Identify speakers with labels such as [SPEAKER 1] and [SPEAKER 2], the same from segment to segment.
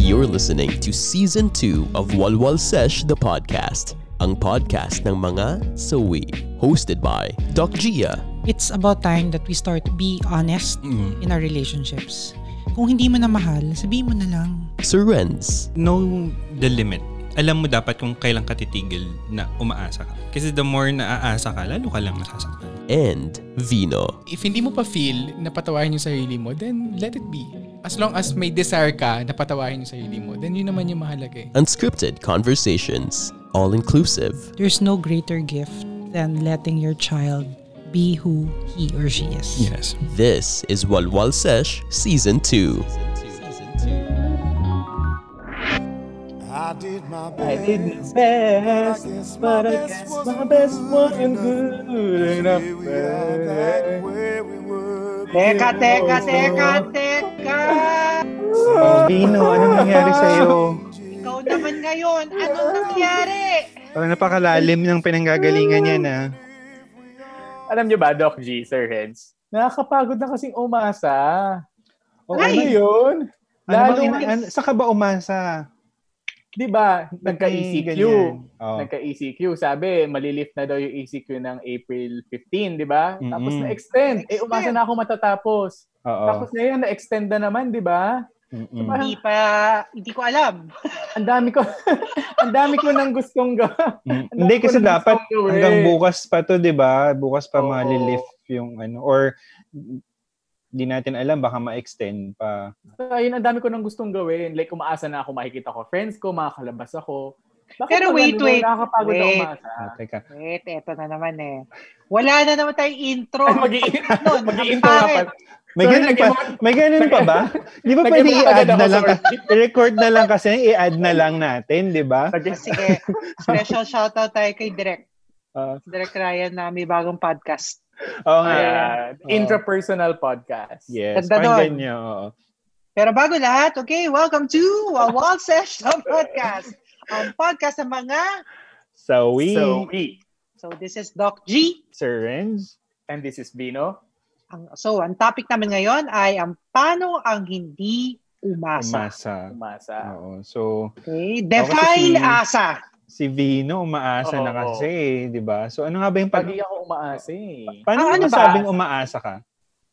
[SPEAKER 1] you're listening to Season 2 of Walwal Sesh the Podcast, ang podcast ng mga sawi, hosted by Doc Gia.
[SPEAKER 2] it's about time that we start to be honest
[SPEAKER 3] Mm.
[SPEAKER 2] in our relationships. Kung hindi mo na mahal, sabihin mo na lang.
[SPEAKER 1] Sir Renz,
[SPEAKER 4] know the limit. Alam mo dapat kung kailan ka titigil na umaasa ka. Kasi the more na aasa ka, lalo ka lang masasaktan.
[SPEAKER 1] and Vino.
[SPEAKER 5] If hindi mo pa feel na patawahin yung sarili mo, then let it be. As long as may desire ka na patawahin yung sarili mo, then yun naman yung mahalaga eh.
[SPEAKER 1] Unscripted conversations, all inclusive.
[SPEAKER 2] There's no greater gift than letting your child be who he or she is.
[SPEAKER 4] Yes.
[SPEAKER 1] This is Walwal Sesh Season 2.
[SPEAKER 6] I did my best.
[SPEAKER 7] I did my best, but I guess my best wasn't good enough.
[SPEAKER 6] Here we are back where we were.
[SPEAKER 7] Teka, teka, teka, teka! Oh, Bino, anong nangyari sa'yo?
[SPEAKER 8] Ikaw naman ngayon, anong nangyari?
[SPEAKER 7] Parang napakalalim ng pinanggagalingan niya na.
[SPEAKER 9] Alam niyo ba, Doc G, Sir Heads? Nakakapagod na kasing umasa. O ano
[SPEAKER 8] Ay!
[SPEAKER 9] yun?
[SPEAKER 7] Ano
[SPEAKER 9] Lalo,
[SPEAKER 7] bang ina- an- saka ba umasa?
[SPEAKER 9] di ba, nagka-ECQ.
[SPEAKER 7] Ganyan. Oo.
[SPEAKER 9] Nagka-ECQ. Sabi, malilift na daw yung ECQ ng April 15, di ba?
[SPEAKER 7] Mm-mm.
[SPEAKER 9] Tapos na-extend. Eh, umasa na ako matatapos.
[SPEAKER 7] Oo.
[SPEAKER 9] Tapos ngayon, na-extend na naman, di ba?
[SPEAKER 7] Mm-mm.
[SPEAKER 9] Parang,
[SPEAKER 8] Hindi pa, hindi ko alam.
[SPEAKER 9] ang dami ko, ang dami ko nang gustong gawa.
[SPEAKER 7] Mm.
[SPEAKER 9] Alam
[SPEAKER 7] Hindi
[SPEAKER 9] ko
[SPEAKER 7] kasi
[SPEAKER 9] na
[SPEAKER 7] dapat
[SPEAKER 9] gusto ko eh.
[SPEAKER 7] hanggang bukas pa to, 'di ba? Bukas pa
[SPEAKER 9] Oo.
[SPEAKER 7] malilift yung ano or di natin alam baka ma-extend pa.
[SPEAKER 9] So, ayun, ang dami ko nang gustong gawin. Like, umaasa na ako, makikita ko friends ko, makakalabas ako. Bakit
[SPEAKER 8] Pero
[SPEAKER 9] pag
[SPEAKER 8] wait,
[SPEAKER 9] ganun,
[SPEAKER 8] wait,
[SPEAKER 9] Nakakapagod na
[SPEAKER 8] wait.
[SPEAKER 9] umaasa.
[SPEAKER 7] Ah, teka.
[SPEAKER 8] Wait, eto na naman eh. Wala na naman tayong intro.
[SPEAKER 9] Ay, magi-
[SPEAKER 8] Nun,
[SPEAKER 9] Mag-i-intro nga
[SPEAKER 8] bakit?
[SPEAKER 9] pala.
[SPEAKER 7] May
[SPEAKER 9] Sorry,
[SPEAKER 7] ganun pa,
[SPEAKER 9] nag-emo-
[SPEAKER 7] may ganun pa ba? Di ba
[SPEAKER 9] nag-emo
[SPEAKER 7] pwede i-add
[SPEAKER 9] agad ako,
[SPEAKER 7] na lang?
[SPEAKER 9] sorry.
[SPEAKER 7] I-record na lang kasi, i-add na lang natin, di ba?
[SPEAKER 8] Ah, Sige, special shoutout tayo kay Direk.
[SPEAKER 7] Ah.
[SPEAKER 8] Direk Ryan na may bagong podcast.
[SPEAKER 7] Oo nga.
[SPEAKER 9] Ayan.
[SPEAKER 7] Oo.
[SPEAKER 9] Intrapersonal podcast.
[SPEAKER 7] Yes,
[SPEAKER 8] Ganda nun.
[SPEAKER 7] pakinggan niyo. oo.
[SPEAKER 8] Pero bago lahat, okay, welcome to a Wall Session Podcast. Ang podcast ng mga,
[SPEAKER 7] So we,
[SPEAKER 9] So, we.
[SPEAKER 8] so this is Doc G.
[SPEAKER 7] Sir Renz,
[SPEAKER 9] And this is Vino.
[SPEAKER 8] Ang, so, ang topic namin ngayon ay ang paano ang hindi umasa.
[SPEAKER 7] umasa.
[SPEAKER 9] Umasa.
[SPEAKER 7] Oo. So,
[SPEAKER 8] Okay, define
[SPEAKER 7] Ako kasi-
[SPEAKER 8] asa.
[SPEAKER 7] si Vino umaasa
[SPEAKER 9] Oo,
[SPEAKER 7] na
[SPEAKER 9] oo.
[SPEAKER 7] kasi, di ba? So, ano nga ba yung pag...
[SPEAKER 9] Pag ako umaasa eh.
[SPEAKER 7] Paano
[SPEAKER 8] Ah,
[SPEAKER 7] mo
[SPEAKER 8] ano ba?
[SPEAKER 7] masabing umaasa ka?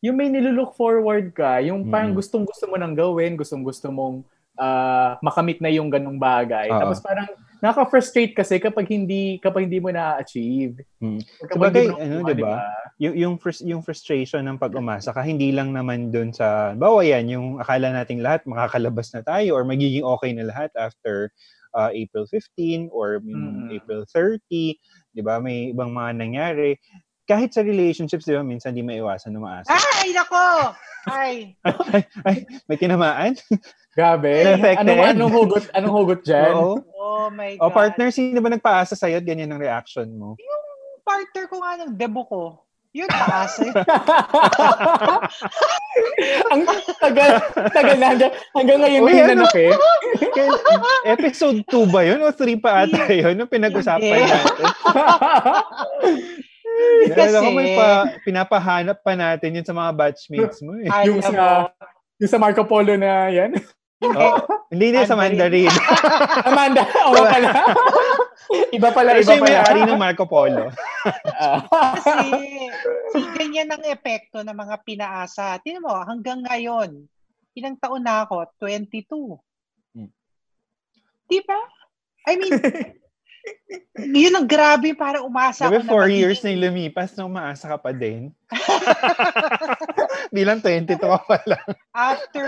[SPEAKER 9] Yung may nilulook forward ka, yung parang
[SPEAKER 7] Mm.
[SPEAKER 9] gustong-gusto mo nang gawin, gustong-gusto mong ah, makamit na yung ganong bagay.
[SPEAKER 7] Oo.
[SPEAKER 9] Tapos parang nakaka-frustrate kasi kapag hindi kapag hindi mo na-achieve.
[SPEAKER 7] Mm.
[SPEAKER 9] Kapag
[SPEAKER 7] Sabagay,
[SPEAKER 9] hindi mo
[SPEAKER 7] ano,
[SPEAKER 9] nakuha,
[SPEAKER 7] diba? Yung, yung, frus- yung frustration ng pag-umasa ka, hindi lang naman doon sa, bawa yan, yung akala nating lahat makakalabas na tayo or magiging okay na lahat after uh, April 15 or yung
[SPEAKER 9] Mm.
[SPEAKER 7] April 30, di ba? May ibang mga nangyari. Kahit sa relationships, di ba, minsan di maiwasan umaasa.
[SPEAKER 8] Ay, nako! Ay,
[SPEAKER 7] ay, ay, may tinamaan?
[SPEAKER 9] Grabe.
[SPEAKER 7] Affected.
[SPEAKER 9] Anong, anong hugot, anong hugot dyan?
[SPEAKER 7] Oo.
[SPEAKER 8] oh my God.
[SPEAKER 7] O partner, sino ba nagpaasa sa'yo at ganyan ang reaction mo?
[SPEAKER 8] Partner ko nga ng debo ko. Yun taas eh.
[SPEAKER 9] Ang tagal, tagal na hanggang, hanggang ngayon
[SPEAKER 7] Uy,
[SPEAKER 9] Uy,
[SPEAKER 7] ano?
[SPEAKER 9] nanok eh.
[SPEAKER 7] Kail- Episode 2 ba yun? O 3 pa ata yun? Yung pinag-usapan
[SPEAKER 8] Hindi.
[SPEAKER 7] natin. Kasi,
[SPEAKER 8] Kasi,
[SPEAKER 7] ko may pa, pinapahanap pa natin yun sa mga batchmates mo eh.
[SPEAKER 8] ay,
[SPEAKER 9] yung sa, yung sa Marco Polo na yan.
[SPEAKER 7] Oo. hindi na sa
[SPEAKER 8] Mandarin.
[SPEAKER 7] Mandarin.
[SPEAKER 9] Amanda, o oh, pala. Iba pala,
[SPEAKER 7] Pero
[SPEAKER 9] iba
[SPEAKER 7] siya
[SPEAKER 9] pala.
[SPEAKER 7] yung
[SPEAKER 9] Ah.
[SPEAKER 7] may-ari ng Marco Polo.
[SPEAKER 8] kasi, si ganyan ang epekto ng mga pinaasa. Tinan mo, hanggang ngayon, ilang taon na ako? 22.
[SPEAKER 7] Hmm.
[SPEAKER 8] Di ba? I mean, yun ang grabe para umasa
[SPEAKER 7] Sabi,
[SPEAKER 8] ako na
[SPEAKER 7] 4
[SPEAKER 8] magiging-
[SPEAKER 7] years na yung lumipas nung maasa ka pa din. Bilang 22 ka pala.
[SPEAKER 8] after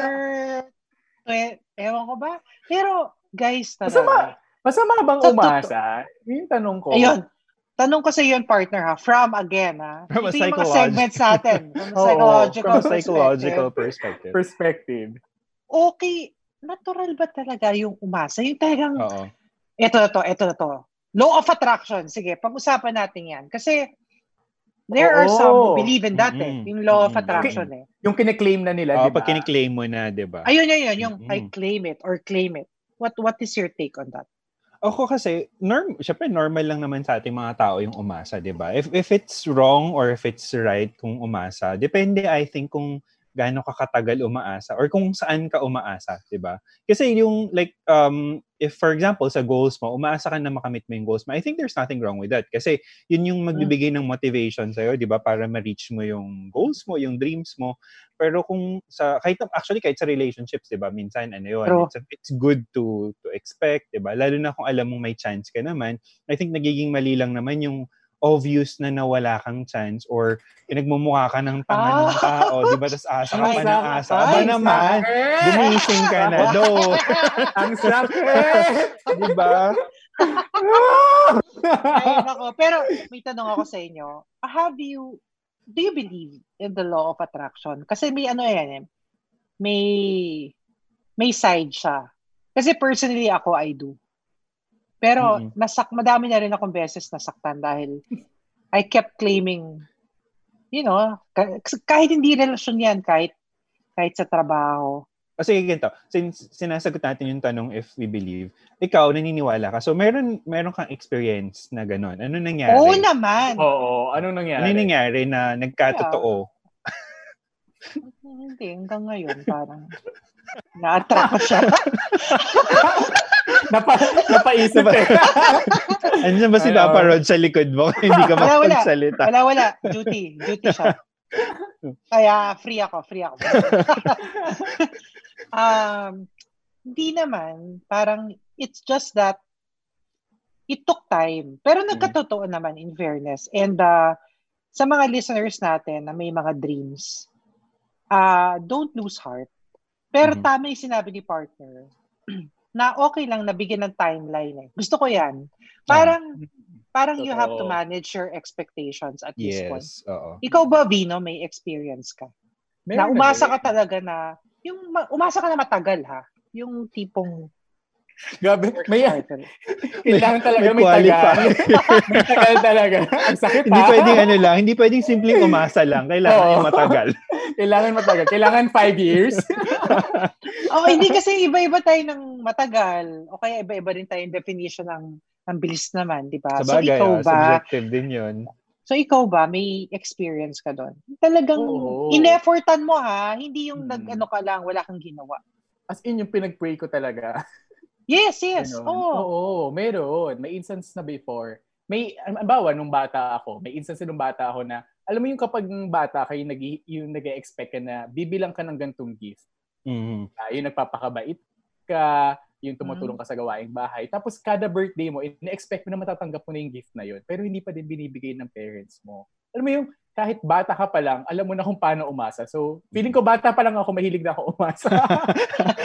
[SPEAKER 8] twe- ewan ko ba? Pero guys,
[SPEAKER 9] Masama.
[SPEAKER 8] talaga.
[SPEAKER 9] Masama bang
[SPEAKER 8] Sa
[SPEAKER 9] umasa? Yun yung tanong ko.
[SPEAKER 8] Ayun. Tanong ko sa iyo yun, partner ha. From again ha. Ito yung
[SPEAKER 7] From a
[SPEAKER 8] mga
[SPEAKER 7] psychological-
[SPEAKER 8] segments natin. From a
[SPEAKER 9] Oo,
[SPEAKER 8] psychological
[SPEAKER 7] From a
[SPEAKER 8] perspective.
[SPEAKER 7] psychological perspective.
[SPEAKER 9] Perspective.
[SPEAKER 8] Okay. Natural ba talaga yung umasa? Yung talagang,
[SPEAKER 7] Oo.
[SPEAKER 8] eto na to, eto na to. Law of attraction. Sige, pag-usapan natin yan. Kasi, there are some
[SPEAKER 9] Oo.
[SPEAKER 8] who believe in that eh.
[SPEAKER 7] Mm-mm.
[SPEAKER 8] Yung law of
[SPEAKER 7] Mm-mm.
[SPEAKER 8] attraction eh.
[SPEAKER 9] Yung kiniklaim na nila,
[SPEAKER 7] Oo,
[SPEAKER 9] Eh, di ba?
[SPEAKER 7] pag kiniklaim mo na, di ba?
[SPEAKER 8] Ayun, ayun, yun. Yung
[SPEAKER 7] Mm-mm.
[SPEAKER 8] I claim it or claim it. What what is your take on that?
[SPEAKER 7] Ako kasi, norm, syempre normal lang naman sa ating mga tao yung umasa, di ba? If, if it's wrong or if it's right kung umasa, depende I think kung
[SPEAKER 4] gaano ka katagal umaasa or kung saan ka umaasa, 'di ba? Kasi yung like um if for example sa goals mo, umaasa ka na makamit mo yung goals mo. I think there's nothing wrong with that kasi yun yung magbibigay ng motivation sa 'di ba, para ma-reach mo yung goals mo, yung dreams mo. Pero kung sa kahit actually kahit sa relationships, 'di ba, minsan ano yun,
[SPEAKER 8] True.
[SPEAKER 4] it's, it's good to to expect, 'di ba? Lalo na kung alam mong may chance ka naman. I think nagiging mali lang naman yung obvious na nawala kang chance or pinagmumukha ka ng tanga ng
[SPEAKER 8] Ah.
[SPEAKER 4] tao, di ba? Tapos asa ka
[SPEAKER 8] Ay,
[SPEAKER 4] pa ng
[SPEAKER 8] sa-
[SPEAKER 4] asa. Aba
[SPEAKER 8] ay,
[SPEAKER 4] naman, gumising ka na do.
[SPEAKER 9] Ang sakit!
[SPEAKER 4] Di ba?
[SPEAKER 8] Ayun ako. Pero may tanong ako sa inyo. Have you, do you believe in the law of attraction? Kasi may ano yan eh. May, may side siya. Kasi personally ako, I do. Pero
[SPEAKER 4] Mm-mm.
[SPEAKER 8] nasak, madami na rin akong beses nasaktan dahil I kept claiming, you know, ka- kahit hindi relasyon yan, kahit kahit sa trabaho.
[SPEAKER 4] O sige, ganito. Since sinasagot natin yung tanong if we believe, ikaw, naniniwala ka. So, meron, meron kang experience na gano'n. Ano nangyari?
[SPEAKER 8] Oo naman.
[SPEAKER 9] Oo, anong nangyari?
[SPEAKER 4] ano nangyari na nagkatotoo?
[SPEAKER 8] Hindi, hanggang ngayon parang na-attract ko siya.
[SPEAKER 9] Napa, napaisip eh.
[SPEAKER 4] Ano na ba si
[SPEAKER 9] Ay,
[SPEAKER 4] Papa
[SPEAKER 9] oo.
[SPEAKER 4] Rod sa likod mo? Hindi ka
[SPEAKER 8] Wala, wala.
[SPEAKER 4] makapagsalita.
[SPEAKER 8] Wala, wala. Duty. Duty siya. Kaya free ako, free ako. um, hindi naman. Parang it's just that it took time. Pero
[SPEAKER 4] Mm-hmm.
[SPEAKER 8] nagkatotoo naman in fairness. And uh, sa mga listeners natin na may mga dreams, uh, don't lose heart. Pero
[SPEAKER 4] Mhm.
[SPEAKER 8] tama yung sinabi ni partner na okay lang nabigyan ng timeline eh. Gusto ko yan.
[SPEAKER 4] Ah.
[SPEAKER 8] Parang parang you have to
[SPEAKER 9] Totoo.
[SPEAKER 8] manage your expectations at this point.
[SPEAKER 4] Yes. Oo.
[SPEAKER 8] Ikaw ba, Vino, may experience ka? na umasa ka talaga na, yung ma- umasa ka na matagal ha? Yung tipong
[SPEAKER 9] Gabi, may,
[SPEAKER 8] title.
[SPEAKER 9] kailangan talaga may,
[SPEAKER 4] qualify.
[SPEAKER 9] tagal. May tagal talaga. Ang sakit
[SPEAKER 4] hindi
[SPEAKER 9] pa.
[SPEAKER 4] pwedeng ano lang, hindi pwedeng simpleng umasa lang. Kailangan
[SPEAKER 9] Oo.
[SPEAKER 4] yung matagal.
[SPEAKER 9] Kailangan matagal. Kailangan five years.
[SPEAKER 8] Oh, hindi kasi iba-iba tayo ng matagal. O kaya iba-iba rin tayo yung definition ng, ng bilis naman, di
[SPEAKER 4] Sa
[SPEAKER 8] ba? Ah, So
[SPEAKER 4] bagay,
[SPEAKER 8] ikaw
[SPEAKER 9] ah,
[SPEAKER 4] oh,
[SPEAKER 8] ba,
[SPEAKER 4] subjective din yun.
[SPEAKER 8] so ikaw ba, may experience ka doon? Talagang
[SPEAKER 9] Oo.
[SPEAKER 8] ineffortan mo ha, hindi yung
[SPEAKER 9] Hmm.
[SPEAKER 8] nag-ano ka lang, wala kang ginawa.
[SPEAKER 9] As in, yung pinag-pray ko talaga.
[SPEAKER 8] Yes, yes.
[SPEAKER 9] Ganon.
[SPEAKER 8] Oo.
[SPEAKER 9] Oo, meron. May instance na before. May, ang bawa, nung bata ako, may instance nung bata ako na, alam mo yung kapag nung bata kayo, nag, yung nag-expect ka na, bibilang ka ng gantong gift.
[SPEAKER 8] Mm-hmm.
[SPEAKER 4] Mm.
[SPEAKER 9] Ah, yung nagpapakabait ka, yung tumutulong
[SPEAKER 8] Mm-hmm.
[SPEAKER 9] ka sa gawaing bahay. Tapos kada birthday mo, in-expect mo na matatanggap mo na yung gift na yun. Pero hindi pa din binibigay ng parents mo. Alam mo yung, kahit bata ka pa lang, alam mo na kung paano umasa. So, feeling ko bata pa lang ako, mahilig na ako umasa.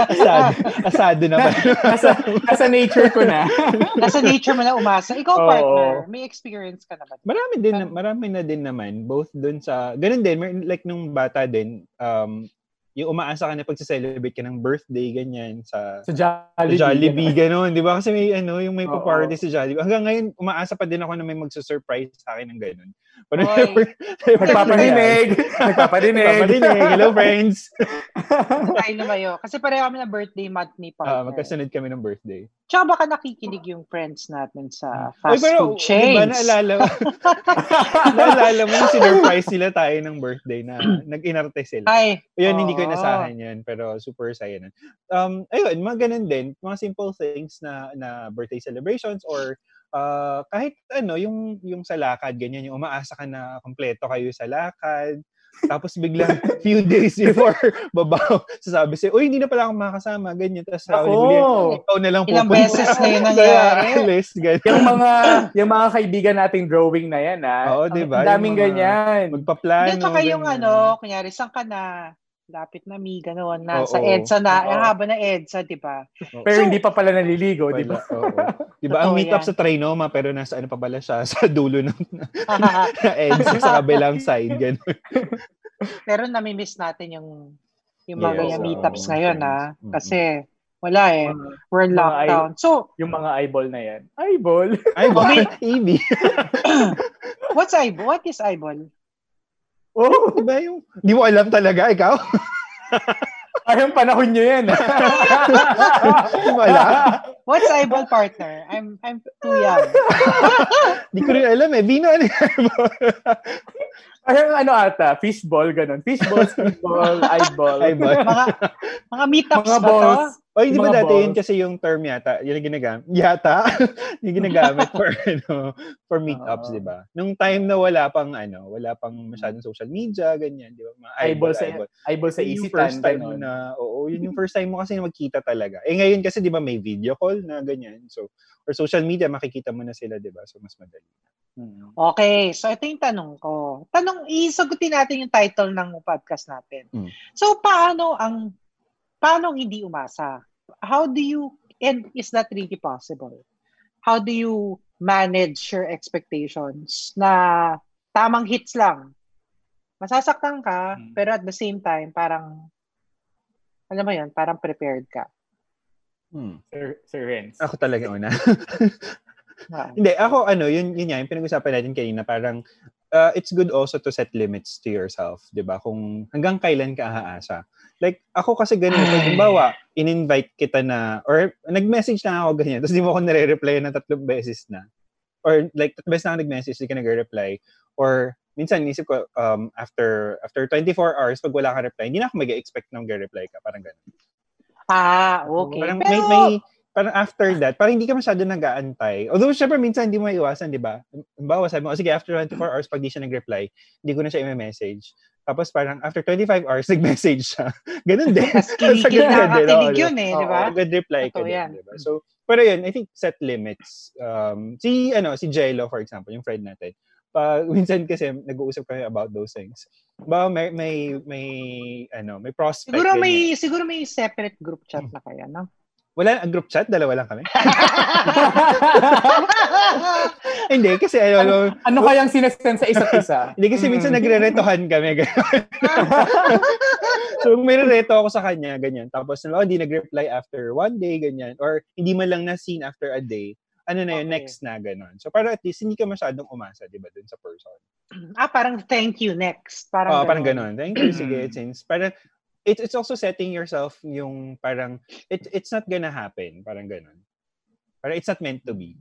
[SPEAKER 4] Asado. Asado na ba?
[SPEAKER 9] nasa, nasa nature ko na.
[SPEAKER 8] Nasa nature mo na umasa. Ikaw,
[SPEAKER 9] Oo.
[SPEAKER 8] partner, may experience ka na ba?
[SPEAKER 4] Marami din, na- marami na din naman. Both dun sa, ganun din, mer- like nung bata din, um, yung umaasa ka na pagsa-celebrate ka ng birthday, ganyan, sa, sa
[SPEAKER 9] Sa Jollibee.
[SPEAKER 4] Jollibee, ganun. Di ba? Kasi may, ano, yung may
[SPEAKER 9] Oo.
[SPEAKER 4] party sa Jollibee. Hanggang ngayon, umaasa pa din ako na may magsusurprise sa akin ng ganun. Pero
[SPEAKER 8] Oy.
[SPEAKER 4] never, never
[SPEAKER 9] Nagpaparinig.
[SPEAKER 4] nangyari.
[SPEAKER 9] Nagpaparinig.
[SPEAKER 4] Papadinig. Hello, friends.
[SPEAKER 8] Tayo lumayo. Kasi pareho kami na birthday month ni partner.
[SPEAKER 4] Ah, magkasunod kami ng birthday.
[SPEAKER 8] Tsaka baka nakikinig yung friends natin sa
[SPEAKER 4] Ay,
[SPEAKER 8] fast food
[SPEAKER 4] Diba,
[SPEAKER 8] chains.
[SPEAKER 4] naalala, naalala mo yung sinurprise nila tayo ng birthday na nag-inarte sila.
[SPEAKER 8] Ay,
[SPEAKER 4] Ayun, hindi ko
[SPEAKER 8] oo.
[SPEAKER 4] inasahan yun, pero super saya nun. Um, ayun, mga ganun din, mga simple things na, na birthday celebrations or uh, kahit ano, yung, yung sa lakad, ganyan, yung umaasa ka na kompleto kayo sa lakad. Tapos biglang few days before babaw, sasabi siya, uy, hindi na pala ako makakasama, ganyan. Tapos sa
[SPEAKER 9] Ako.
[SPEAKER 4] huli, ikaw na lang
[SPEAKER 8] Ilang
[SPEAKER 4] pupunta
[SPEAKER 8] beses na yun
[SPEAKER 4] sa
[SPEAKER 8] nangyari.
[SPEAKER 4] list, ganyan.
[SPEAKER 9] Yung mga yung mga kaibigan nating drawing na yan ah.
[SPEAKER 4] Oo,
[SPEAKER 9] Ang
[SPEAKER 4] diba? Yung
[SPEAKER 9] daming
[SPEAKER 4] mga-
[SPEAKER 9] ganyan.
[SPEAKER 4] Magpaplano.
[SPEAKER 8] Hindi, tsaka yung
[SPEAKER 4] ganyan.
[SPEAKER 8] ano, kunyari, saan ka na? Lapit na mi, gano'n.
[SPEAKER 4] Oo.
[SPEAKER 8] Na, sa EDSA na.
[SPEAKER 9] Oo.
[SPEAKER 8] Ang haba na EDSA, di ba?
[SPEAKER 9] Pero
[SPEAKER 8] So-
[SPEAKER 9] hindi pa pala naliligo,
[SPEAKER 4] Wala,
[SPEAKER 9] di ba?
[SPEAKER 4] Oh, oo. Di ba, ang
[SPEAKER 8] Totoo
[SPEAKER 4] meet up
[SPEAKER 8] yan.
[SPEAKER 4] sa Trinoma, pero nasa ano pa pala siya, sa dulo ng EDSA, sa kabilang side, ganun.
[SPEAKER 8] Pero namimiss natin yung yung mga
[SPEAKER 4] Yes,
[SPEAKER 8] yung
[SPEAKER 4] oo,
[SPEAKER 8] meetups
[SPEAKER 4] friends.
[SPEAKER 8] ngayon, ha?
[SPEAKER 4] Mm-mm.
[SPEAKER 8] Kasi, wala eh.
[SPEAKER 9] Mga-
[SPEAKER 8] We're in
[SPEAKER 9] mga
[SPEAKER 8] lockdown. So,
[SPEAKER 9] Yung mga eyeball na yan. Eyeball?
[SPEAKER 4] Ay, ba?
[SPEAKER 8] Okay.
[SPEAKER 4] Ibi.
[SPEAKER 8] what's eyeball? What is eyeball?
[SPEAKER 9] Oh,
[SPEAKER 4] Di ba yung, di mo alam talaga, ikaw?
[SPEAKER 9] parang panahon nyo yan. ah.
[SPEAKER 4] Di mo alam?
[SPEAKER 8] What's eyeball partner? I'm I'm too young.
[SPEAKER 4] Di ko rin alam eh. Vino, ano yan?
[SPEAKER 9] Parang ano ata, fishball, ganun. Fishball, spinball, eyeball.
[SPEAKER 4] Eyeball.
[SPEAKER 8] Mga, mga meetups
[SPEAKER 9] Mga
[SPEAKER 8] ba to?
[SPEAKER 9] balls.
[SPEAKER 4] O hindi ba
[SPEAKER 9] Mga
[SPEAKER 4] dati yun
[SPEAKER 9] balls.
[SPEAKER 4] kasi yung term yata, yun yung ginagamit, yata, yung ginagamit for, ano, for meetups,
[SPEAKER 9] Oo.
[SPEAKER 4] di ba? Nung time na wala pang, ano, wala pang masyadong social media, ganyan, di ba? Mga
[SPEAKER 9] Eyeball sa, eyeball sa
[SPEAKER 4] Yun
[SPEAKER 9] easy
[SPEAKER 4] yung first
[SPEAKER 9] tan,
[SPEAKER 4] time mo
[SPEAKER 9] ganun.
[SPEAKER 4] na, oo, yun yung first time mo kasi na magkita talaga. Eh ngayon kasi, di ba, may video call na ganyan, so, or social media, makikita mo na sila, di ba? So, mas madali.
[SPEAKER 9] Hmm.
[SPEAKER 8] Okay, so ito yung tanong ko. Tanong, isagutin natin yung title ng podcast natin.
[SPEAKER 4] Mm.
[SPEAKER 8] So, paano ang, paano ang hindi umasa? How do you, and is that really possible? How do you manage your expectations na tamang hits lang? Masasaktan ka,
[SPEAKER 9] Mm.
[SPEAKER 8] pero at the same time, parang, alam mo yun, parang prepared ka.
[SPEAKER 9] Sir, Sir Renz.
[SPEAKER 4] Ako talaga una.
[SPEAKER 8] Ah.
[SPEAKER 4] Hindi, ako ano, yun, yun yan, yung pinag-usapan natin kanina, parang uh, it's good also to set limits to yourself, di ba? Kung hanggang kailan ka aasa. Like, ako kasi ganun, kung halimbawa, in-invite kita na, or nag-message na ako ganyan, tapos di mo ako nare-reply na tatlong beses na. Or like, tatlong beses na ako nag-message, di ka nag-reply. Or minsan, isip ko, um, after after 24 hours, pag wala kang reply, hindi na ako mag-expect na mag-reply ka, parang ganun.
[SPEAKER 8] Ah, okay.
[SPEAKER 4] Parang
[SPEAKER 8] pero,
[SPEAKER 4] may, may, parang after that, parang hindi ka masyado nag-aantay. Although, syempre, minsan hindi mo maiwasan, di ba? Bawa, sabi mo, oh, sige, after 24 hours, pag di siya nag-reply, hindi ko na siya i-message. Tapos parang after 25 hours, nag-message siya. Ganun din.
[SPEAKER 8] Mas
[SPEAKER 4] Ganun
[SPEAKER 8] kilig yun,
[SPEAKER 4] din,
[SPEAKER 8] nakakakilig
[SPEAKER 4] oo,
[SPEAKER 8] yun eh, di
[SPEAKER 4] oo,
[SPEAKER 8] ba?
[SPEAKER 4] Nag-reply ka
[SPEAKER 8] Totoo
[SPEAKER 4] din,
[SPEAKER 8] yan.
[SPEAKER 4] di ba? So, pero yun, I think set limits. Um, si, ano, si Jello, for example, yung friend natin, pag minsan kasi nag-uusap kami about those things. Ba may may may ano, may prospect.
[SPEAKER 8] siguro
[SPEAKER 4] ganyan.
[SPEAKER 8] may, siguro may separate group chat na kaya, no?
[SPEAKER 4] wala ang group chat, dalawa lang kami. Hindi, kasi ano, ano,
[SPEAKER 9] ano kayang sinasend sa isa't isa?
[SPEAKER 4] hindi kasi minsan nagre-retohan kami. ganun. so, kung may reto ako sa kanya, ganyan. Tapos, oh, hindi nag-reply after one day, ganyan. Or, hindi man lang na-seen after a day. Ano na yun,
[SPEAKER 8] Okay.
[SPEAKER 4] next na, ganun. So, para at least, hindi ka masyadong umasa, di ba, dun sa person.
[SPEAKER 8] ah, parang thank you next. Parang,
[SPEAKER 4] Oo,
[SPEAKER 8] ganun.
[SPEAKER 4] parang ganun. Thank you, sige, since, parang, it, it's also setting yourself yung parang, it, it's not gonna happen, parang ganun. Parang it's not meant to be.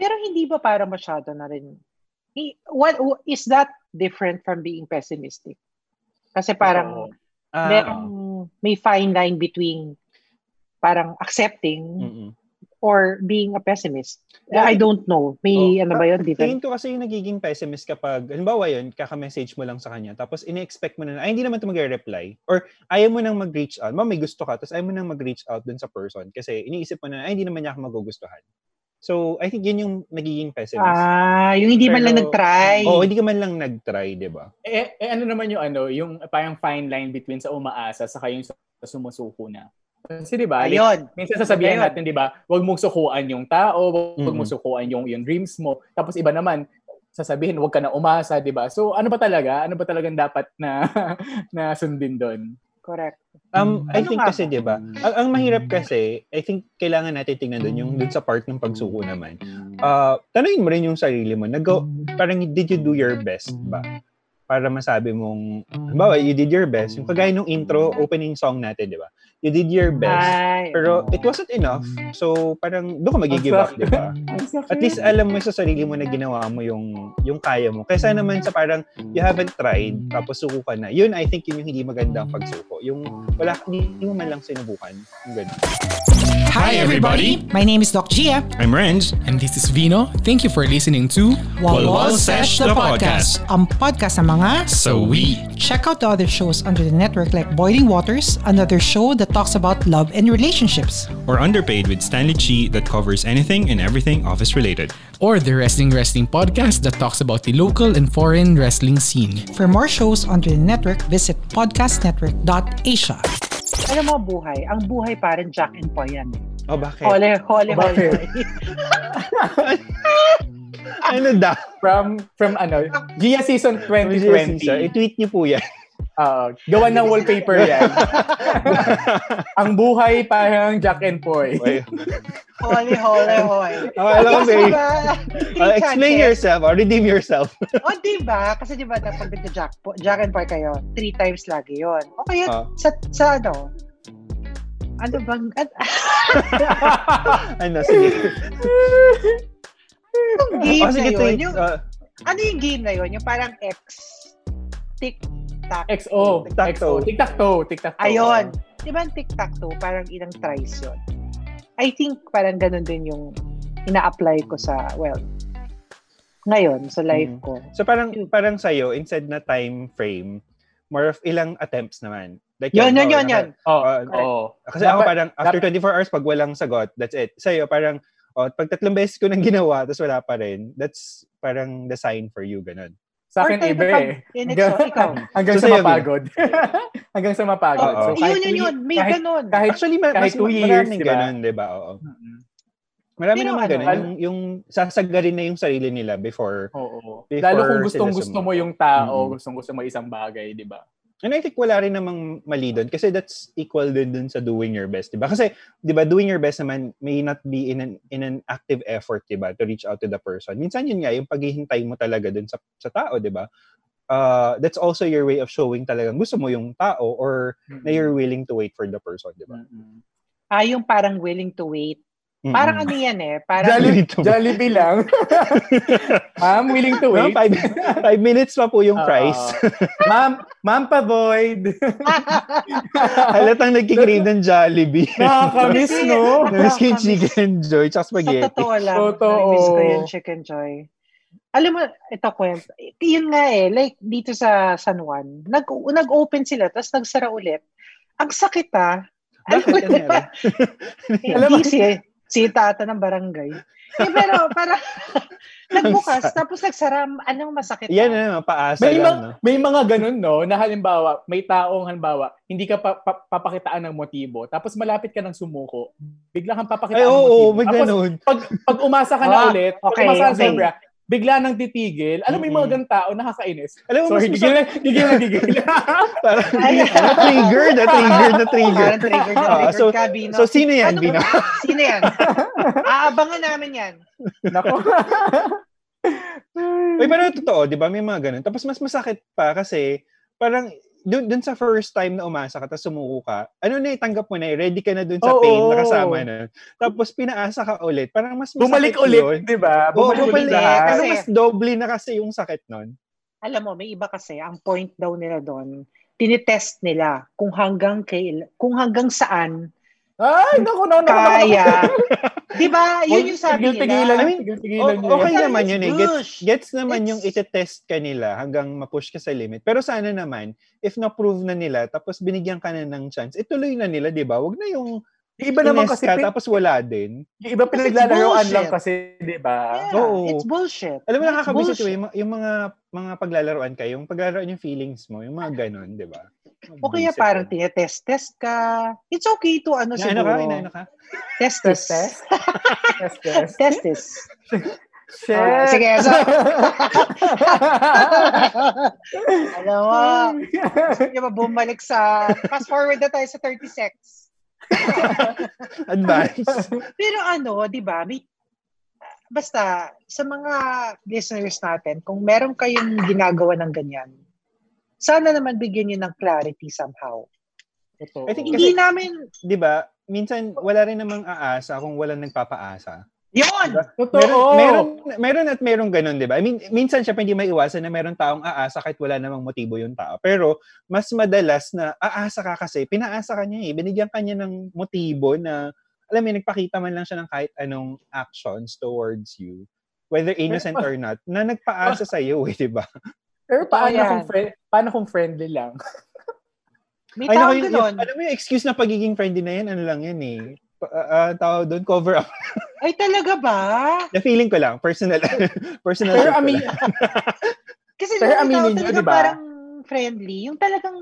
[SPEAKER 8] Pero hindi ba para masyado na rin? i- What, what- is that different from being pessimistic? Kasi parang
[SPEAKER 4] Ah,
[SPEAKER 8] merong may fine line between parang accepting
[SPEAKER 4] Mm-mm.
[SPEAKER 8] or being a pessimist.
[SPEAKER 4] Mm. Yeah.
[SPEAKER 8] I don't know.
[SPEAKER 4] Oh.
[SPEAKER 8] May ano ba yun? Different?
[SPEAKER 4] Tingin ko kasi yung nagiging pessimist kapag, halimbawa yun, kaka-message mo lang sa kanya, tapos ine-expect mo na, ay, hindi naman ito mag-reply. Or, ayaw mo nang mag-reach out. Ma, may gusto ka, tapos ayaw mo nang mag-reach out dun sa person. Kasi iniisip mo na, ay, hindi naman niya ako magugustuhan. So, I think yun yung nagiging pessimist.
[SPEAKER 8] Ah, yung hindi man lang
[SPEAKER 9] Pero-
[SPEAKER 8] nag-try.
[SPEAKER 4] Oo, Oh, hindi ka man lang nag-try, di ba?
[SPEAKER 9] Eh, eh, ano naman yung ano, yung parang fine line between sa umaasa sa yung sa sumusuko na. Kasi di ba, like,
[SPEAKER 8] Ayun.
[SPEAKER 9] minsan sasabihin
[SPEAKER 8] Ayun.
[SPEAKER 9] natin, di ba, huwag mong sukuan yung tao, huwag
[SPEAKER 4] Mm-mm.
[SPEAKER 9] mong sukuan yung, yung dreams mo. Tapos iba naman, sasabihin, huwag ka na umasa, di ba? So, ano ba talaga? Ano ba talagang dapat na, na sundin doon?
[SPEAKER 8] Correct.
[SPEAKER 4] Um, I
[SPEAKER 8] Ano
[SPEAKER 4] think
[SPEAKER 8] nga
[SPEAKER 4] kasi,
[SPEAKER 8] ba? Hmm.
[SPEAKER 4] 'di ba? Ang, ang mahirap kasi, I think kailangan natin tingnan doon yung doon sa part ng pagsuko
[SPEAKER 8] Hmm.
[SPEAKER 4] naman. Ah, tanungin mo rin yung sarili mo. Nag
[SPEAKER 8] Hmm.
[SPEAKER 4] parang did you do your best ba? Para masabi mong, halimbawa, you did your best. Yung kagaya nung intro opening song natin, 'di ba? You did your best.
[SPEAKER 8] Ay.
[SPEAKER 4] Pero it wasn't enough. So, parang doon ka magigive up, 'di ba? At least alam mo sa sarili mo na ginawa mo yung yung kaya mo. Kaysa naman sa parang you haven't tried tapos suko ka na. Yun I think yun yung hindi magandang pagsuko. Yung wala hindi mo man lang sinubukan. Yung ganun.
[SPEAKER 3] Hi, everybody.
[SPEAKER 2] My name is Doc Gia.
[SPEAKER 3] I'm Renz.
[SPEAKER 10] And this is Vino. Thank you for listening to
[SPEAKER 3] Walwal Sesh, the podcast.
[SPEAKER 2] Ang podcast ng mga
[SPEAKER 3] So we-
[SPEAKER 2] Check out the other shows under the network like Boiling Waters, another show that talks about love and relationships.
[SPEAKER 3] Or Underpaid with Stanley Chi that covers anything and everything office related.
[SPEAKER 10] or the Wrestling Wrestling Podcast that talks about the local and foreign wrestling scene.
[SPEAKER 2] For more shows under the network, visit podcastnetwork.asia.
[SPEAKER 8] Alam mo, buhay. Ang buhay parang Jack and Poy yan. eh.
[SPEAKER 4] Oh, bakit?
[SPEAKER 8] Hole, hole, hole.
[SPEAKER 9] Bakit?
[SPEAKER 4] Ano daw?
[SPEAKER 9] From, from ano, Gia Season
[SPEAKER 4] Yes, sir.
[SPEAKER 9] 2020.
[SPEAKER 4] I-tweet niyo po yan.
[SPEAKER 9] Ah, gawan ng wallpaper yan. Ang buhay parang Jack and Poy.
[SPEAKER 8] Hole, hole, hole.
[SPEAKER 4] Akala ko may...
[SPEAKER 8] Three
[SPEAKER 4] eh. Uh, explain
[SPEAKER 8] chances.
[SPEAKER 4] yourself or redeem yourself.
[SPEAKER 8] O, di ba? Oh, diba? Kasi di ba, pag jack, po, jack and Poy kayo, three times lagi yon. O kaya,
[SPEAKER 4] Ah.
[SPEAKER 8] sa, sa ano, ano bang, at,
[SPEAKER 4] ano, sige.
[SPEAKER 8] anong game
[SPEAKER 4] Oh, sige, Ah,
[SPEAKER 8] na yun?
[SPEAKER 4] tweet.
[SPEAKER 8] Yung,
[SPEAKER 4] Uh,
[SPEAKER 8] Ano yung game na yun? Yung parang X, tic, tac.
[SPEAKER 9] XO.
[SPEAKER 4] Tic-tac-toe.
[SPEAKER 9] XO. Tic-tac-toe.
[SPEAKER 4] oh,
[SPEAKER 9] Tic-tac-toe.
[SPEAKER 8] Ayun.
[SPEAKER 4] ah.
[SPEAKER 8] Di ba ang tic-tac-toe, parang ilang tries yun? I think parang ganun din yung ina-apply ko sa, well, ngayon, sa life
[SPEAKER 4] Mm.
[SPEAKER 8] ko.
[SPEAKER 4] So parang parang sa'yo, instead na time frame, more of ilang attempts naman. Like
[SPEAKER 8] Yun, yun,
[SPEAKER 4] oh,
[SPEAKER 8] yun, yun.
[SPEAKER 4] naka-
[SPEAKER 9] Oo.
[SPEAKER 4] oh,
[SPEAKER 9] Oo.
[SPEAKER 4] kasi ako parang after 24 hours, pag walang sagot, that's it. Sa'yo, parang, oh, pag tatlong beses ko nang ginawa, tapos wala pa rin, that's parang the sign for you, ganun.
[SPEAKER 9] Sa akin,
[SPEAKER 8] Or
[SPEAKER 9] iba
[SPEAKER 8] tayo
[SPEAKER 9] eh.
[SPEAKER 8] kapag- Yan, ikaw, ikaw.
[SPEAKER 9] Hanggang
[SPEAKER 4] So,
[SPEAKER 9] sa
[SPEAKER 4] sa'yo,
[SPEAKER 9] mapagod. Hanggang sa mapagod.
[SPEAKER 4] Oo.
[SPEAKER 9] kahit
[SPEAKER 8] yun, yun,
[SPEAKER 9] two
[SPEAKER 8] yun.
[SPEAKER 9] ye-
[SPEAKER 8] May
[SPEAKER 9] kahit,
[SPEAKER 8] ganun.
[SPEAKER 9] kahit
[SPEAKER 4] Actually, ma-
[SPEAKER 9] kahit
[SPEAKER 4] mas
[SPEAKER 9] two years,
[SPEAKER 4] maraming
[SPEAKER 9] di ba? Mm-hmm.
[SPEAKER 4] ganun, di ba? Oo. Marami
[SPEAKER 8] Pero
[SPEAKER 4] naman
[SPEAKER 8] ano,
[SPEAKER 4] ganun. Yung, yung sasagarin na yung sarili nila before
[SPEAKER 9] Oo.
[SPEAKER 4] Before
[SPEAKER 9] Lalo kung gustong
[SPEAKER 4] sila
[SPEAKER 9] gusto
[SPEAKER 4] sumama.
[SPEAKER 9] mo yung tao,
[SPEAKER 4] Mm.
[SPEAKER 9] gustong gusto mo isang bagay, di ba?
[SPEAKER 4] And I think wala rin namang mali doon kasi that's equal din dun sa doing your best, 'di ba? Kasi 'di ba doing your best naman may not be in an in an active effort, 'di ba, to reach out to the person. Minsan yun nga yung paghihintay mo talaga dun sa sa tao, 'di ba? Uh, that's also your way of showing talagang gusto mo yung tao or Mm-hmm. na you're
[SPEAKER 8] Mm.
[SPEAKER 4] willing to wait for the person, 'di ba?
[SPEAKER 9] Mm-mm.
[SPEAKER 8] Ah, yung parang willing to wait. Parang
[SPEAKER 4] Mm.
[SPEAKER 8] ano yan eh. Parang,
[SPEAKER 9] Jolli-
[SPEAKER 4] Dito ba?
[SPEAKER 9] Jollibee lang. Ma'am, willing to
[SPEAKER 4] Ma'am,
[SPEAKER 9] wait.
[SPEAKER 4] five, five minutes pa po yung price.
[SPEAKER 9] ma'am, ma'am pa-void.
[SPEAKER 4] Halatang nagkikrave ng Jollibee.
[SPEAKER 9] Nakakamiss, no?
[SPEAKER 4] Namiss ko yung chicken joy tsaka
[SPEAKER 8] sa
[SPEAKER 4] spaghetti.
[SPEAKER 8] totoo lang,
[SPEAKER 9] Totoo.
[SPEAKER 8] namiss ko yung chicken joy. Alam mo, ito kwento. Yun nga eh, like dito sa San Juan, nag, nag-open sila, tapos nagsara ulit. Ang sakit ah. Alam mo,
[SPEAKER 4] Bakit? Ano
[SPEAKER 8] diba?
[SPEAKER 9] Alam mo-
[SPEAKER 8] Hindi si, si tata ng barangay. Eh, pero para nagbukas, tapos nagsara, anong masakit?
[SPEAKER 4] Yan
[SPEAKER 8] ah?
[SPEAKER 4] na naman, paasa lang.
[SPEAKER 9] May, mga,
[SPEAKER 4] no?
[SPEAKER 9] may mga ganun, no? Na halimbawa, may taong halimbawa, hindi ka pa, pa- papakitaan ng motibo, tapos malapit ka ng sumuko, bigla kang papakitaan
[SPEAKER 4] Ay, oo, oo,
[SPEAKER 9] ng motibo.
[SPEAKER 4] may
[SPEAKER 9] Tapos,
[SPEAKER 4] ganun.
[SPEAKER 9] pag, pag umasa ka na
[SPEAKER 8] Ah,
[SPEAKER 9] ulit,
[SPEAKER 8] okay,
[SPEAKER 9] pag umasa ka na
[SPEAKER 8] okay.
[SPEAKER 9] sobra, bigla nang titigil. Alam mo, yung mga ganun tao, nakakainis.
[SPEAKER 4] Alam mo,
[SPEAKER 9] Sorry,
[SPEAKER 4] mas
[SPEAKER 9] gigil na, gigil na, gigil.
[SPEAKER 4] Parang,
[SPEAKER 8] Ay.
[SPEAKER 4] na trigger, na trigger, na trigger.
[SPEAKER 8] Parang trigger na
[SPEAKER 4] Ah,
[SPEAKER 8] trigger
[SPEAKER 4] so-
[SPEAKER 8] ka, Bino.
[SPEAKER 4] So, sino yan,
[SPEAKER 8] Ano-
[SPEAKER 4] Bino?
[SPEAKER 8] Sino yan? Aabangan namin yan.
[SPEAKER 9] Nako.
[SPEAKER 4] Uy, pero totoo, di ba? May mga ganun. Tapos, mas masakit pa kasi, parang, dun, dun sa first time na umasa ka, tapos sumuko ka, ano na, itanggap mo na, eh, ready ka na dun sa
[SPEAKER 9] Oo.
[SPEAKER 4] pain, nakasama na. Tapos, pinaasa ka ulit. Parang mas masakit
[SPEAKER 9] Bumalik
[SPEAKER 4] yun.
[SPEAKER 9] ulit, di
[SPEAKER 4] Oo,
[SPEAKER 9] ba? Diba? Bumalik ulit
[SPEAKER 4] bumalik.
[SPEAKER 8] lahat.
[SPEAKER 4] Kasi
[SPEAKER 9] lahat.
[SPEAKER 4] mas doble na kasi yung sakit nun.
[SPEAKER 8] alam mo, may iba kasi, ang point daw nila doon, tinitest nila kung hanggang kail, kung hanggang saan
[SPEAKER 9] Ay, naku, naku, naku.
[SPEAKER 8] kaya. 'Di ba?
[SPEAKER 9] Huwag-
[SPEAKER 8] Yun yung sabi
[SPEAKER 9] tigil-tigilan,
[SPEAKER 8] nila.
[SPEAKER 9] tigil-tigilan
[SPEAKER 4] O-
[SPEAKER 9] yun.
[SPEAKER 4] okay
[SPEAKER 8] Parang
[SPEAKER 4] naman yun eh. Gets,
[SPEAKER 8] push.
[SPEAKER 4] gets naman yung
[SPEAKER 8] It's-
[SPEAKER 4] itetest ka nila hanggang mapush ka sa limit. Pero sana naman, if na-prove na nila, tapos binigyan ka na ng chance, ituloy na nila, di ba? Huwag na yung
[SPEAKER 9] Yung Iba naman
[SPEAKER 4] tinest
[SPEAKER 9] kasi,
[SPEAKER 4] ka, tapos wala din.
[SPEAKER 9] yung iba
[SPEAKER 8] Kasi it's
[SPEAKER 9] pinaglalaroan
[SPEAKER 8] bullshit.
[SPEAKER 9] lang kasi, diba? di ba?
[SPEAKER 8] Yeah,
[SPEAKER 4] Ah, Oo.
[SPEAKER 8] It's bullshit.
[SPEAKER 4] Alam mo,
[SPEAKER 8] It's
[SPEAKER 4] nakakabisa
[SPEAKER 8] bullshit.
[SPEAKER 4] diba, yung, yung mga mga paglalaroan ka, yung paglalaroan yung feelings mo, yung mga ganun, di ba?
[SPEAKER 8] O kaya parang tinetest-test ka. It's okay to
[SPEAKER 4] Inaano
[SPEAKER 8] ano
[SPEAKER 4] ka?
[SPEAKER 8] siguro.
[SPEAKER 4] Inaano ka?
[SPEAKER 8] Testis.
[SPEAKER 9] Test test. Test test.
[SPEAKER 8] Testis.
[SPEAKER 9] Shit.
[SPEAKER 8] Okay, sige, so- Alam mo,
[SPEAKER 4] Hmm.
[SPEAKER 8] gusto niya bumalik sa, fast forward na tayo sa 30 seconds.
[SPEAKER 4] Advance.
[SPEAKER 8] Pero ano, 'di ba? May basta sa mga listeners natin, kung meron kayong ginagawa ng ganyan, sana naman bigyan niyo ng clarity somehow. Oh.
[SPEAKER 9] Totoo.
[SPEAKER 4] I think-
[SPEAKER 8] Hindi namin
[SPEAKER 4] di ba? diba? Minsan, wala rin namang aasa kung walang nagpapaasa.
[SPEAKER 8] 'yon.
[SPEAKER 9] Totoo.
[SPEAKER 4] Meron, meron, meron at meron ganun, di ba? I mean, minsan siya hindi may iwasan na meron taong aasa kahit wala namang motibo yung tao. Pero, mas madalas na aasa ka kasi, pinaasa ka niya eh. Binigyan ka niya ng motibo na, alam mo, yun, nagpakita man lang siya ng kahit anong actions towards you whether innocent or not, na nagpaasa sa iyo, eh, di ba?
[SPEAKER 9] Pero paano
[SPEAKER 8] Totoo yan.
[SPEAKER 9] kung friend, paano kung friendly lang?
[SPEAKER 8] May
[SPEAKER 4] Ay, naku,
[SPEAKER 8] taong
[SPEAKER 4] yun-
[SPEAKER 8] ganun.
[SPEAKER 4] yun- alam mo yung excuse na pagiging friendly na yan, ano lang yan eh. Pa- ah, ah, tawag doon, cover up.
[SPEAKER 8] Ay talaga ba?
[SPEAKER 4] Na feeling ko lang, personal. personal.
[SPEAKER 9] Pero
[SPEAKER 4] trip ko
[SPEAKER 9] I mean,
[SPEAKER 4] lang.
[SPEAKER 8] Kasi
[SPEAKER 9] Pero
[SPEAKER 8] yung
[SPEAKER 9] aminin
[SPEAKER 8] tao
[SPEAKER 9] niyo,
[SPEAKER 8] talaga
[SPEAKER 9] 'di ba?
[SPEAKER 8] parang friendly, yung talagang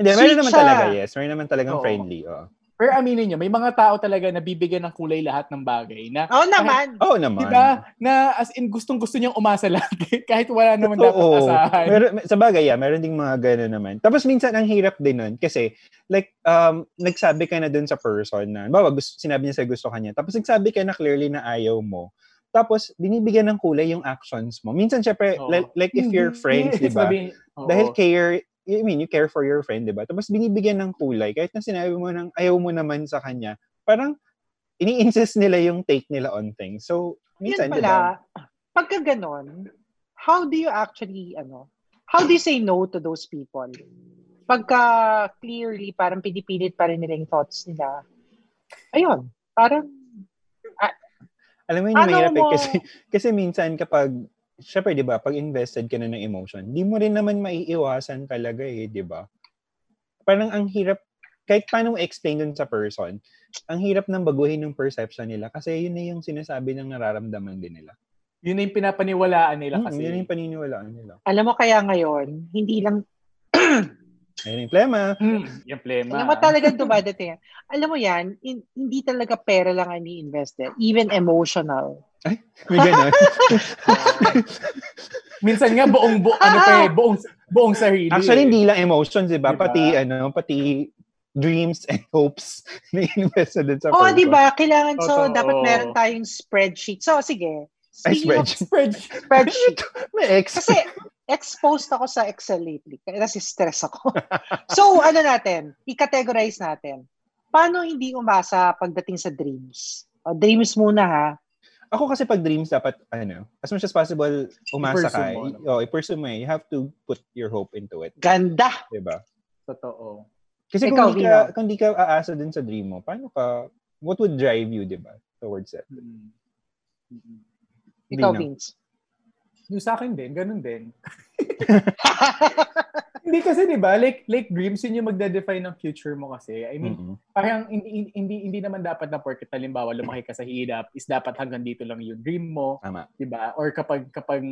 [SPEAKER 4] Hindi,
[SPEAKER 8] sweet
[SPEAKER 4] meron naman
[SPEAKER 8] siya.
[SPEAKER 4] talaga, yes. Meron naman talagang
[SPEAKER 9] Oo.
[SPEAKER 4] friendly. Oh.
[SPEAKER 9] pero aminin niyo, may mga tao talaga na bibigyan ng kulay lahat ng bagay na
[SPEAKER 8] Oo oh, naman.
[SPEAKER 4] Oo naman.
[SPEAKER 9] Di ba? Na as in gustong-gusto niyang umasa lagi kahit wala naman dapat
[SPEAKER 4] Oo.
[SPEAKER 9] asahan.
[SPEAKER 4] Meron, sa bagay, yeah, meron ding mga gano'n naman. Tapos minsan, ang hirap din nun kasi, like, um, nagsabi ka na dun sa person na, bawa, gusto, sinabi niya sa gusto kanya. Tapos nagsabi ka na clearly na ayaw mo. Tapos, binibigyan ng kulay yung actions mo. Minsan, syempre,
[SPEAKER 9] Oo.
[SPEAKER 4] like, like if you're friends, di ba?
[SPEAKER 9] Sabihin- oo.
[SPEAKER 4] Dahil care, I mean, you care for your friend, di ba? Tapos, binibigyan ng kulay. Kahit na sinabi mo ng ayaw mo naman sa kanya, parang, ini-insist nila yung take nila on things. So,
[SPEAKER 8] Yun
[SPEAKER 4] minsan, di ba?
[SPEAKER 8] pala, pagka ganun, how do you actually, ano, how do you say no to those people? Pagka clearly, parang pinipilit pa rin nila yung thoughts nila. Ayun, parang,
[SPEAKER 4] Alam mo yun,
[SPEAKER 8] Ano
[SPEAKER 4] yung mahirap eh.
[SPEAKER 8] mo-
[SPEAKER 4] Kasi, kasi minsan kapag, syempre, di ba, pag invested ka na ng emotion, di mo rin naman maiiwasan talaga eh, di ba? Parang ang hirap, kahit paano mo explain dun sa person, ang hirap nang baguhin ng perception nila kasi yun na yung sinasabi ng nararamdaman din nila.
[SPEAKER 9] Yun na yung pinapaniwalaan nila
[SPEAKER 4] Mm,
[SPEAKER 9] kasi.
[SPEAKER 4] Yun yung paniniwalaan nila.
[SPEAKER 8] alam mo kaya ngayon, hindi lang,
[SPEAKER 4] Ayun yung plema.
[SPEAKER 9] Mm, yung plema.
[SPEAKER 8] alam mo talagang dumadating yan. Alam mo yan, in- hindi talaga pera lang ang invested even emotional.
[SPEAKER 4] May ganun.
[SPEAKER 9] Minsan nga buong bu- ano pa eh, buong buong sarili.
[SPEAKER 4] Actually, hindi lang emotions, di ba?
[SPEAKER 9] Di ba?
[SPEAKER 4] Pati, ano, pati dreams and hopes na invest na dun sa person.
[SPEAKER 8] Oo, Oh, di ba? Kailangan, so,
[SPEAKER 9] Totoo.
[SPEAKER 8] dapat meron tayong spreadsheet. So, sige.
[SPEAKER 4] Ay,
[SPEAKER 8] Speaking of
[SPEAKER 4] spreadsheet.
[SPEAKER 9] Spreadsheet.
[SPEAKER 8] spreadsheet,
[SPEAKER 4] May ex.
[SPEAKER 8] kasi exposed ako sa Excel lately. Kaya nasi stress ako. so, ano natin? I-categorize natin. Paano hindi umasa pagdating sa dreams? O, dreams muna ha.
[SPEAKER 4] Ako kasi pag dreams dapat ano, as much as possible umasa
[SPEAKER 9] I-pursue
[SPEAKER 4] ka.
[SPEAKER 9] mo,
[SPEAKER 4] I-
[SPEAKER 9] ano?
[SPEAKER 4] oh, i-pursue mo eh. You have to put your hope into it,
[SPEAKER 8] Ganda.
[SPEAKER 4] 'di ba?
[SPEAKER 9] Totoo.
[SPEAKER 4] Kasi
[SPEAKER 8] Ikaw,
[SPEAKER 4] kung di ka
[SPEAKER 8] Vino.
[SPEAKER 4] kung di ka aasa dun sa dream mo, paano ka what would drive you, 'di ba? Towards it.
[SPEAKER 9] Mm. Mm.
[SPEAKER 8] Ikaw,
[SPEAKER 4] Vino.
[SPEAKER 8] Vince.
[SPEAKER 9] Yung sa akin din, ganun din. Hindi kasi 'di ba, like like dreams yun yung magde-define ng future mo kasi. I mean,
[SPEAKER 4] Mm-mm.
[SPEAKER 9] parang hindi, hindi hindi naman dapat na porket halimbawa lumaki ka sa hirap is dapat hanggang dito lang yung dream mo,
[SPEAKER 4] Tama.
[SPEAKER 9] 'di ba? Or kapag kapag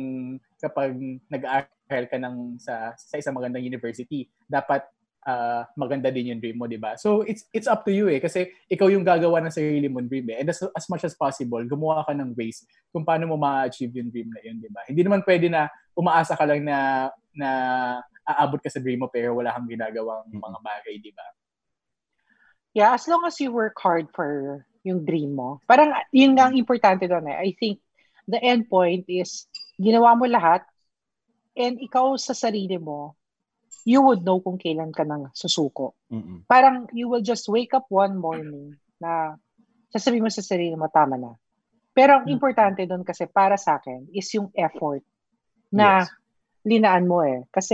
[SPEAKER 9] kapag nag-aaral ka ng sa sa isang magandang university, dapat ah, maganda din yung dream mo, 'di ba? So it's it's up to you eh kasi ikaw yung gagawa ng sarili mong dream eh. And as, as much as possible, gumawa ka ng ways kung paano mo ma-achieve yung dream na yun, 'di ba? Hindi naman pwede na umaasa ka lang na na aabot ka sa dream mo pero wala kang ginagawang
[SPEAKER 4] Mm.
[SPEAKER 9] mga bagay, 'di ba?
[SPEAKER 8] Yeah, as long as you work hard for yung dream mo. Parang yun nga ang importante doon eh. I think the end point is ginawa mo lahat and ikaw sa sarili mo, you would know kung kailan ka nang susuko.
[SPEAKER 4] Mm-mm.
[SPEAKER 8] Parang you will just wake up one morning na sasabihin mo sa sarili mo, tama na.
[SPEAKER 4] Hmm.
[SPEAKER 8] Pero ang importante doon kasi para sa akin is yung effort na
[SPEAKER 4] Yes.
[SPEAKER 8] linaan mo eh. Kasi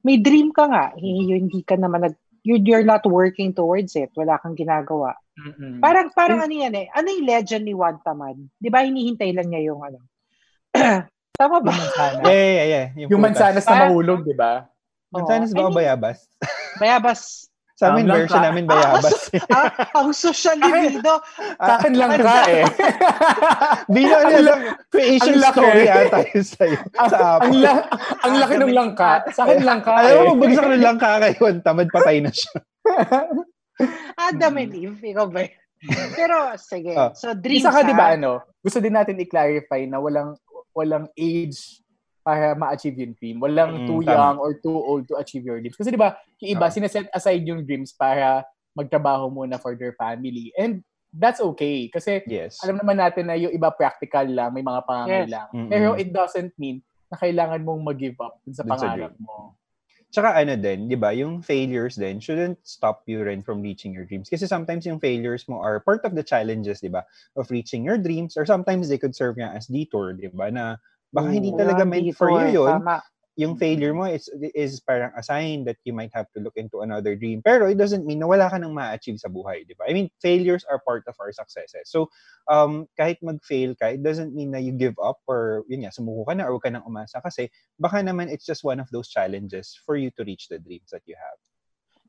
[SPEAKER 8] may dream ka nga,
[SPEAKER 4] Hmm.
[SPEAKER 8] eh, hindi ka naman nag you're, you're not working towards it. Wala kang ginagawa.
[SPEAKER 9] Mm-mm.
[SPEAKER 8] Parang
[SPEAKER 4] Hmm.
[SPEAKER 8] parang ano yan eh. Ano yung legend ni Juan Tamad? 'Di ba hinihintay lang niya yung ano? Tama ba?
[SPEAKER 9] mansana.
[SPEAKER 4] Yeah, yeah, yeah, yeah.
[SPEAKER 9] yung
[SPEAKER 4] putas.
[SPEAKER 9] mansanas na
[SPEAKER 8] Parang-
[SPEAKER 9] mahulog, di ba?
[SPEAKER 8] Oo.
[SPEAKER 4] Mansanas ba
[SPEAKER 8] I
[SPEAKER 4] o
[SPEAKER 8] mean,
[SPEAKER 4] bayabas?
[SPEAKER 8] Bayabas.
[SPEAKER 4] sa amin,
[SPEAKER 9] Tamlang
[SPEAKER 4] version
[SPEAKER 9] ka.
[SPEAKER 4] namin bayabas.
[SPEAKER 8] Ah, ang social libido.
[SPEAKER 4] Ah,
[SPEAKER 9] Sa akin lang ka eh.
[SPEAKER 4] Di na ano lang, creation
[SPEAKER 9] ang laki.
[SPEAKER 4] story ata yun sa'yo.
[SPEAKER 9] ang,
[SPEAKER 4] Sa app.
[SPEAKER 9] ang, la- ang laki ng langka. Sa akin langka
[SPEAKER 4] Alam mo,
[SPEAKER 9] eh.
[SPEAKER 4] bagsak na lang kakayon, tamad patay na siya.
[SPEAKER 8] Adam and Eve. Ah, Ikaw ba? yun? Pero sige.
[SPEAKER 4] Ah.
[SPEAKER 8] So dreams
[SPEAKER 9] Isa ka,
[SPEAKER 8] ha?
[SPEAKER 9] di ba, ano, gusto din natin i-clarify na walang walang age para ma-achieve yung dream. Walang
[SPEAKER 4] Mm,
[SPEAKER 9] too
[SPEAKER 4] tama.
[SPEAKER 9] young or too old to achieve your dreams. Kasi di ba, yung iba,
[SPEAKER 4] Oo.
[SPEAKER 9] sineset aside yung dreams para magtrabaho muna for their family. And that's okay. Kasi
[SPEAKER 4] Yes.
[SPEAKER 9] alam naman natin na yung iba practical lang, may mga pangangailangan.
[SPEAKER 4] Mm-mm.
[SPEAKER 9] Pero it doesn't mean na kailangan mong mag-give up dun sa
[SPEAKER 4] Dun sa
[SPEAKER 9] pangarap
[SPEAKER 4] dream.
[SPEAKER 9] mo.
[SPEAKER 4] Tsaka ano din, di ba, yung failures din shouldn't stop you rin from reaching your dreams. Kasi sometimes yung failures mo are part of the challenges, di ba, of reaching your dreams or sometimes they could serve nga as detour, di ba, na baka hindi
[SPEAKER 8] Wala,
[SPEAKER 4] talaga meant for
[SPEAKER 8] dito,
[SPEAKER 4] you
[SPEAKER 8] eh.
[SPEAKER 4] yun.
[SPEAKER 8] Tama.
[SPEAKER 4] Yung failure mo is, is parang a sign that you might have to look into another dream. Pero it doesn't mean na wala ka nang ma-achieve sa buhay, di ba? I mean, failures are part of our successes. So, um, kahit mag-fail ka, it doesn't mean na you give up or yun nga, sumuko ka na or huwag ka nang umasa kasi baka naman it's just one of those challenges for you to reach the dreams that you have.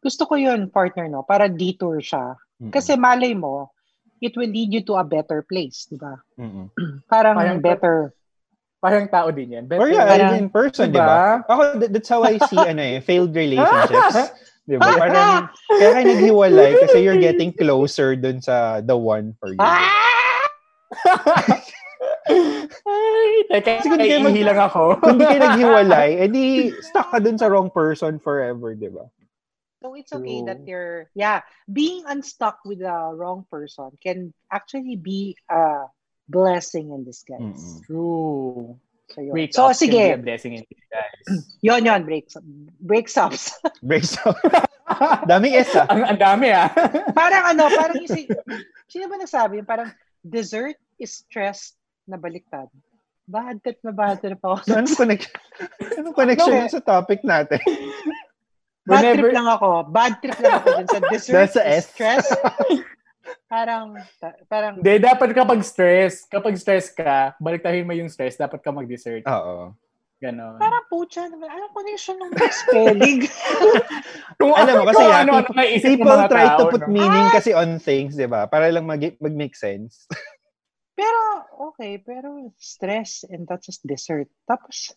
[SPEAKER 8] Gusto ko yun, partner, no? Para detour siya.
[SPEAKER 4] Mm-mm.
[SPEAKER 8] Kasi malay mo, it will lead you to a better place, di ba?
[SPEAKER 4] Mm-mm.
[SPEAKER 8] Parang
[SPEAKER 9] Parang-
[SPEAKER 8] better.
[SPEAKER 9] Parang tao din yan.
[SPEAKER 4] Or yeah,
[SPEAKER 8] Parang-
[SPEAKER 4] in person, di ba?
[SPEAKER 9] diba?
[SPEAKER 4] Ako, th- that's how I see ano eh, failed relationships. Di ba? Parang, kaya kayo naghiwalay kasi you're getting closer dun sa the one for you.
[SPEAKER 8] Ah!
[SPEAKER 9] Ay, teka,
[SPEAKER 4] Kasi kung di kayo mag-
[SPEAKER 9] naiihi lang ako.
[SPEAKER 4] Kung di kayo naghiwalay, edi stuck ka dun sa wrong person forever, di ba?
[SPEAKER 8] So it's okay
[SPEAKER 9] True.
[SPEAKER 8] that you're yeah, being unstuck with the wrong person can actually be a blessing in disguise.
[SPEAKER 4] Mm-mm.
[SPEAKER 9] True.
[SPEAKER 8] So, yun.
[SPEAKER 9] Break
[SPEAKER 8] so
[SPEAKER 9] ups can be a
[SPEAKER 8] sige,
[SPEAKER 9] blessing in
[SPEAKER 4] ah.
[SPEAKER 9] disguise.
[SPEAKER 8] yon yon breaks breaks ups.
[SPEAKER 4] Breaks up. Daming S ah.
[SPEAKER 9] ang, ang dami ah.
[SPEAKER 8] parang ano, parang yung si- sino ba nagsabi? Yung Parang dessert is stress na baliktad. Bad trip na bad trip ako.
[SPEAKER 4] So, anong connection, anong connection
[SPEAKER 8] No, eh.
[SPEAKER 4] yun sa topic natin?
[SPEAKER 8] Bad
[SPEAKER 9] Whenever-
[SPEAKER 8] trip lang ako. Bad trip lang ako dun sa
[SPEAKER 4] Dahil
[SPEAKER 8] dessert,
[SPEAKER 4] sa S.
[SPEAKER 8] stress. parang, parang,
[SPEAKER 9] Hindi, dapat kapag stress, kapag stress ka, baliktahin mo yung stress, dapat ka mag-dessert.
[SPEAKER 4] Oo.
[SPEAKER 9] Ganon.
[SPEAKER 8] parang pucha naman. Anong connection ng spelling?
[SPEAKER 9] Kung ano,
[SPEAKER 4] Alam mo, kasi
[SPEAKER 9] kung
[SPEAKER 4] yeah,
[SPEAKER 9] ano-ano naisip ng
[SPEAKER 4] People
[SPEAKER 9] mga
[SPEAKER 4] try to
[SPEAKER 9] tao,
[SPEAKER 4] put
[SPEAKER 9] no? Ah!
[SPEAKER 4] meaning kasi on things, di ba? Para lang mag- mag-make sense.
[SPEAKER 8] pero, okay, pero stress and that's just dessert. Tapos,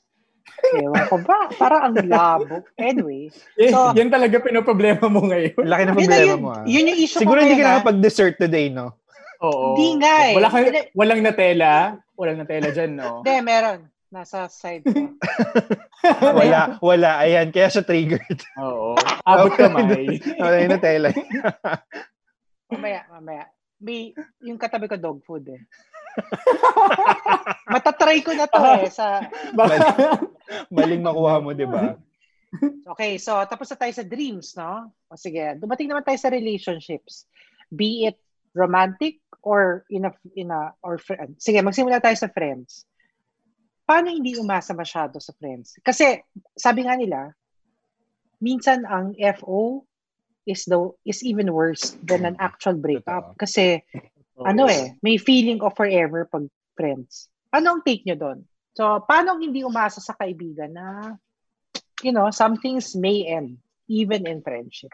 [SPEAKER 8] ewan ko ba? Parang ang labo. Anyway,
[SPEAKER 9] Eh,
[SPEAKER 8] So-
[SPEAKER 9] yan talaga pinoproblema mo ngayon.
[SPEAKER 4] Laki ng
[SPEAKER 8] yun, na
[SPEAKER 4] problema
[SPEAKER 8] yun,
[SPEAKER 4] mo ah.
[SPEAKER 8] yun yung issue
[SPEAKER 4] Siguro
[SPEAKER 8] ko
[SPEAKER 4] hindi ka
[SPEAKER 8] ngayon, ah.
[SPEAKER 4] nakapag-dessert today, no?
[SPEAKER 9] Oo.
[SPEAKER 8] Hindi nga eh.
[SPEAKER 9] Wala kang,
[SPEAKER 8] Hindi-
[SPEAKER 9] walang Nutella. Walang Nutella dyan, no?
[SPEAKER 8] Hindi, meron. Nasa side ko.
[SPEAKER 4] Wala, wala. Ayan, kaya siya triggered.
[SPEAKER 9] Oo. Abot kamay.
[SPEAKER 4] Wala yung Nutella.
[SPEAKER 8] Mamaya, mamaya. May, yung katabi ko dog food eh. Matatry ko na to eh. Sa,
[SPEAKER 9] Baka,
[SPEAKER 4] Maling makuha mo, di ba?
[SPEAKER 8] okay, so tapos na tayo sa dreams, no? O sige, dumating naman tayo sa relationships. Be it romantic or in a, in a or friend. Sige, magsimula tayo sa friends. Paano hindi umasa masyado sa friends? Kasi sabi nga nila, minsan ang FO is the is even worse than an actual breakup
[SPEAKER 4] Totoo.
[SPEAKER 8] kasi ano eh, may feeling of forever pag friends. Ano ang take nyo doon? So, paano ang hindi umasa sa kaibigan na, you know, some things may end, even in friendship?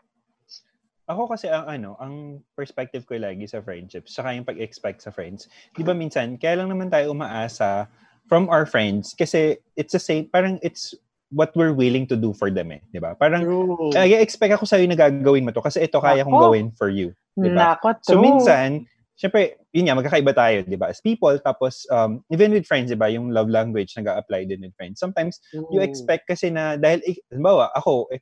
[SPEAKER 4] Ako kasi ang ano, ang perspective ko lagi sa friendships, saka yung pag-expect sa friends. 'Di ba minsan, kaya lang naman tayo umaasa from our friends kasi it's the same, parang it's what we're willing to do for them eh, 'di ba? Parang
[SPEAKER 9] True.
[SPEAKER 4] nag-expect ako sa iyo na gagawin mo to kasi ito kaya kong
[SPEAKER 8] Ako.
[SPEAKER 4] gawin for you. Diba?
[SPEAKER 8] Nako,
[SPEAKER 4] So
[SPEAKER 8] true.
[SPEAKER 4] minsan, syempre, yun nga, magkakaiba tayo, di ba? As people, tapos um, even with friends, di ba, yung love language nag-a-apply din with friends. Sometimes, you expect kasi na dahil ik- halimbawa ako eh,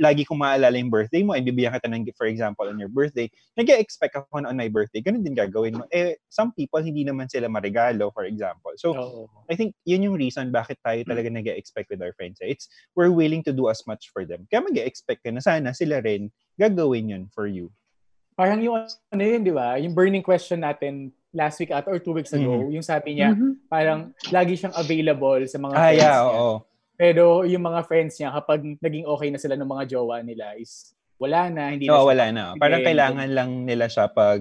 [SPEAKER 4] lagi kong maalala yung birthday mo and bibigyan kita ng gift, for example on your birthday nag-expect ako na on my birthday ganun din gagawin mo eh some people hindi naman sila maregalo for example so
[SPEAKER 9] Oo.
[SPEAKER 4] I think yun yung reason bakit tayo talaga nag-expect with our friends eh. it's we're willing to do as much for them kaya mag-expect ka na sana sila rin gagawin yun for you
[SPEAKER 9] Parang yung ano yun, di ba? Yung burning question natin last week at or two weeks ago,
[SPEAKER 4] Mm-hmm.
[SPEAKER 9] yung sabi niya,
[SPEAKER 8] Mhm.
[SPEAKER 9] parang lagi siyang available sa mga
[SPEAKER 4] ah
[SPEAKER 9] friends
[SPEAKER 4] yeah
[SPEAKER 9] niya.
[SPEAKER 4] oo
[SPEAKER 9] Pero yung mga friends niya, kapag naging okay na sila ng mga jowa nila, is wala na, hindi na
[SPEAKER 4] Oo,
[SPEAKER 9] siya-
[SPEAKER 4] wala na parang
[SPEAKER 9] Hindi.
[SPEAKER 4] kailangan lang nila siya pag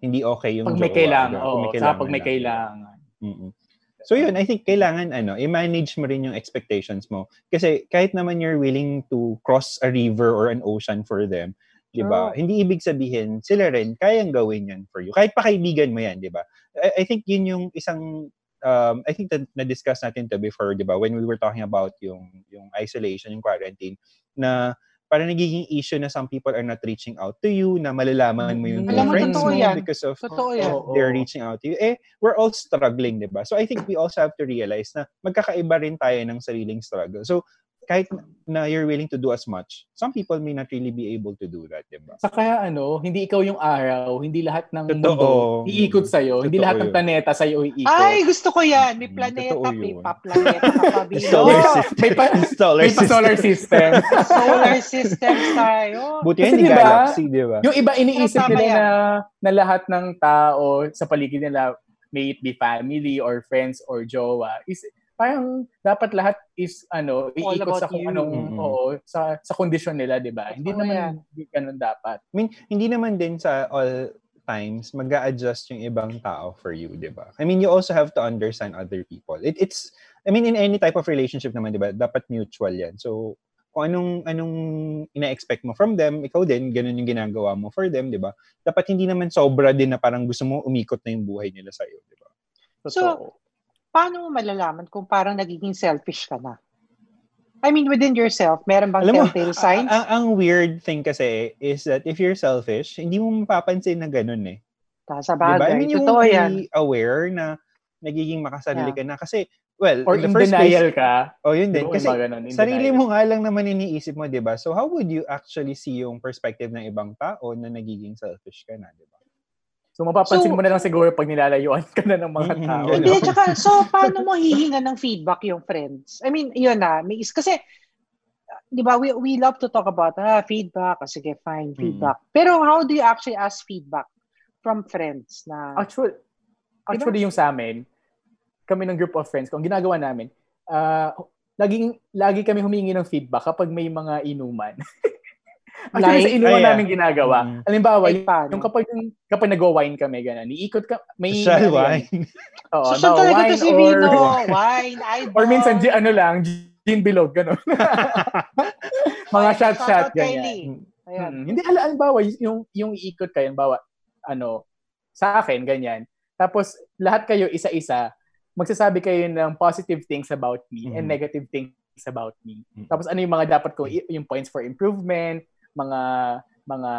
[SPEAKER 4] hindi okay yung
[SPEAKER 9] Pag may
[SPEAKER 4] jowa,
[SPEAKER 9] kailangan,
[SPEAKER 4] diba?
[SPEAKER 9] oo.
[SPEAKER 4] Kung may
[SPEAKER 9] Sa pag may
[SPEAKER 4] lang.
[SPEAKER 9] kailangan.
[SPEAKER 4] Mm-mm. So yun, I think kailangan ano, i-manage mo rin yung expectations mo. Kasi kahit naman you're willing to cross a river or an ocean for them, 'di
[SPEAKER 9] Oh.
[SPEAKER 4] ba? Hindi ibig sabihin sila rin kayang gawin 'yan for you. Kahit pa kaibigan mo 'yan, 'di ba? I, I think yun yung isang um, I think that na-discuss natin to before, 'di ba? When we were talking about yung yung isolation, yung quarantine na parang nagiging issue na some people are not reaching out to you, na malalaman mo yung true
[SPEAKER 9] Mm. Alam mo,
[SPEAKER 4] friends
[SPEAKER 8] totoo
[SPEAKER 4] mo
[SPEAKER 8] yan.
[SPEAKER 4] because of
[SPEAKER 8] Totoo yan.
[SPEAKER 9] Oo.
[SPEAKER 4] they're reaching out to you. Eh, we're all struggling, di ba? So I think we also have to realize na magkakaiba rin tayo ng sariling struggle. So kahit na you're willing to do as much, some people may not really be able to do that, di ba?
[SPEAKER 9] Saka ano, hindi ikaw yung araw, hindi lahat ng
[SPEAKER 4] Totoo.
[SPEAKER 9] mundo iikot sa'yo, hindi
[SPEAKER 4] Totoo
[SPEAKER 9] lahat ng
[SPEAKER 4] yun.
[SPEAKER 9] planeta sa'yo iikot.
[SPEAKER 8] Ay, gusto ko yan. May planeta,
[SPEAKER 4] Mm, Totoo
[SPEAKER 8] may
[SPEAKER 4] yun.
[SPEAKER 8] paplaneta,
[SPEAKER 4] The
[SPEAKER 8] papabilo.
[SPEAKER 4] solar
[SPEAKER 9] Oo,
[SPEAKER 4] system.
[SPEAKER 9] may pa-
[SPEAKER 4] The solar
[SPEAKER 9] May pa-solar
[SPEAKER 4] system.
[SPEAKER 9] system.
[SPEAKER 8] Solar systems tayo.
[SPEAKER 4] Buti
[SPEAKER 9] Kasi
[SPEAKER 4] yan,
[SPEAKER 9] di ba,
[SPEAKER 4] galaxy, di ba?
[SPEAKER 9] yung iba iniisip
[SPEAKER 8] Tama
[SPEAKER 9] nila
[SPEAKER 8] yan.
[SPEAKER 9] na, na lahat ng tao sa paligid nila, may it be family or friends or jowa, is parang dapat lahat is ano iikot
[SPEAKER 8] about
[SPEAKER 9] sa kung
[SPEAKER 8] you.
[SPEAKER 4] Mm-mm.
[SPEAKER 9] anong oo, sa sa kondisyon nila, 'di ba? Hindi
[SPEAKER 8] Totoo yan.
[SPEAKER 9] naman ganun dapat.
[SPEAKER 4] I mean, hindi naman din sa all times mag adjust yung ibang tao for you, di ba? I mean, you also have to understand other people. It, it's, I mean, in any type of relationship naman, di ba, dapat mutual yan. So, kung anong, anong ina-expect mo from them, ikaw din, ganun yung ginagawa mo for them, di ba? Dapat hindi naman sobra din na parang gusto mo umikot na yung buhay nila sa'yo, di ba?
[SPEAKER 9] Totoo.
[SPEAKER 8] Paano mo malalaman kung parang nagiging selfish ka na? I mean, within yourself, meron bang
[SPEAKER 4] Alam mo, ah,
[SPEAKER 8] telltale signs?
[SPEAKER 4] Ang, ang weird thing kasi is that if you're selfish, hindi mo mapapansin na ganun eh.
[SPEAKER 8] Ta- Sa
[SPEAKER 4] Diba? I
[SPEAKER 8] bagay.
[SPEAKER 4] mean, you
[SPEAKER 8] Totoo
[SPEAKER 4] won't
[SPEAKER 8] yan.
[SPEAKER 4] be aware na nagiging makasarili ka na. Kasi, well,
[SPEAKER 9] or
[SPEAKER 4] in the
[SPEAKER 9] in
[SPEAKER 4] first
[SPEAKER 9] denial
[SPEAKER 4] place,
[SPEAKER 9] ka.
[SPEAKER 4] oh, yun
[SPEAKER 9] Hindi
[SPEAKER 4] din. Kasi, sarili mo nga lang naman iniisip mo, di ba? So, how would you actually see yung perspective ng ibang tao na nagiging selfish ka na, di ba?
[SPEAKER 9] So mapapansin
[SPEAKER 8] So-
[SPEAKER 9] mo na lang siguro pag nilalayuan ka na ng mga
[SPEAKER 4] Mm-mm,
[SPEAKER 9] tao.
[SPEAKER 4] ganun.
[SPEAKER 8] Hindi, tsaka, so, paano mo hihinga ng feedback yung friends? I mean, yun na. May is, kasi, uh, di ba, we, we love to talk about, ah, feedback. Ah, sige, fine,
[SPEAKER 9] Mm.
[SPEAKER 8] feedback. Pero how do you actually
[SPEAKER 9] Ah,
[SPEAKER 8] ask feedback from friends na,
[SPEAKER 9] Actually, actually yung sa amin, kami ng group of friends ko, ang ginagawa namin, ah, laging, lagi kami humingi ng feedback kapag may mga inuman. Actually,
[SPEAKER 8] Like?
[SPEAKER 9] sa inuman
[SPEAKER 4] Ah, yeah.
[SPEAKER 9] namin ginagawa.
[SPEAKER 4] Mm.
[SPEAKER 9] Halimbawa,
[SPEAKER 8] Ay, paano?
[SPEAKER 9] yung kapag, yung kapag nag-wine kami, gano'n, iikot ka, may... ano
[SPEAKER 4] Social wine.
[SPEAKER 9] Oo,
[SPEAKER 8] Susunod talaga
[SPEAKER 9] wine
[SPEAKER 8] to si
[SPEAKER 9] or-
[SPEAKER 8] Vino. Wine, idol.
[SPEAKER 9] Or minsan, gi- ano lang, gin bilog, gano'n. mga shot-shot, ganyan.
[SPEAKER 8] Ayan.
[SPEAKER 9] Mm, Hindi, ala, alimbawa, yung, yung iikot kayo, alimbawa, ano, sa akin, ganyan. Tapos, lahat kayo isa-isa, magsasabi kayo ng positive things about me and
[SPEAKER 4] Mhm.
[SPEAKER 9] negative things about me.
[SPEAKER 4] Mhm.
[SPEAKER 9] Tapos, ano yung mga dapat ko, yung points for improvement, mga, mga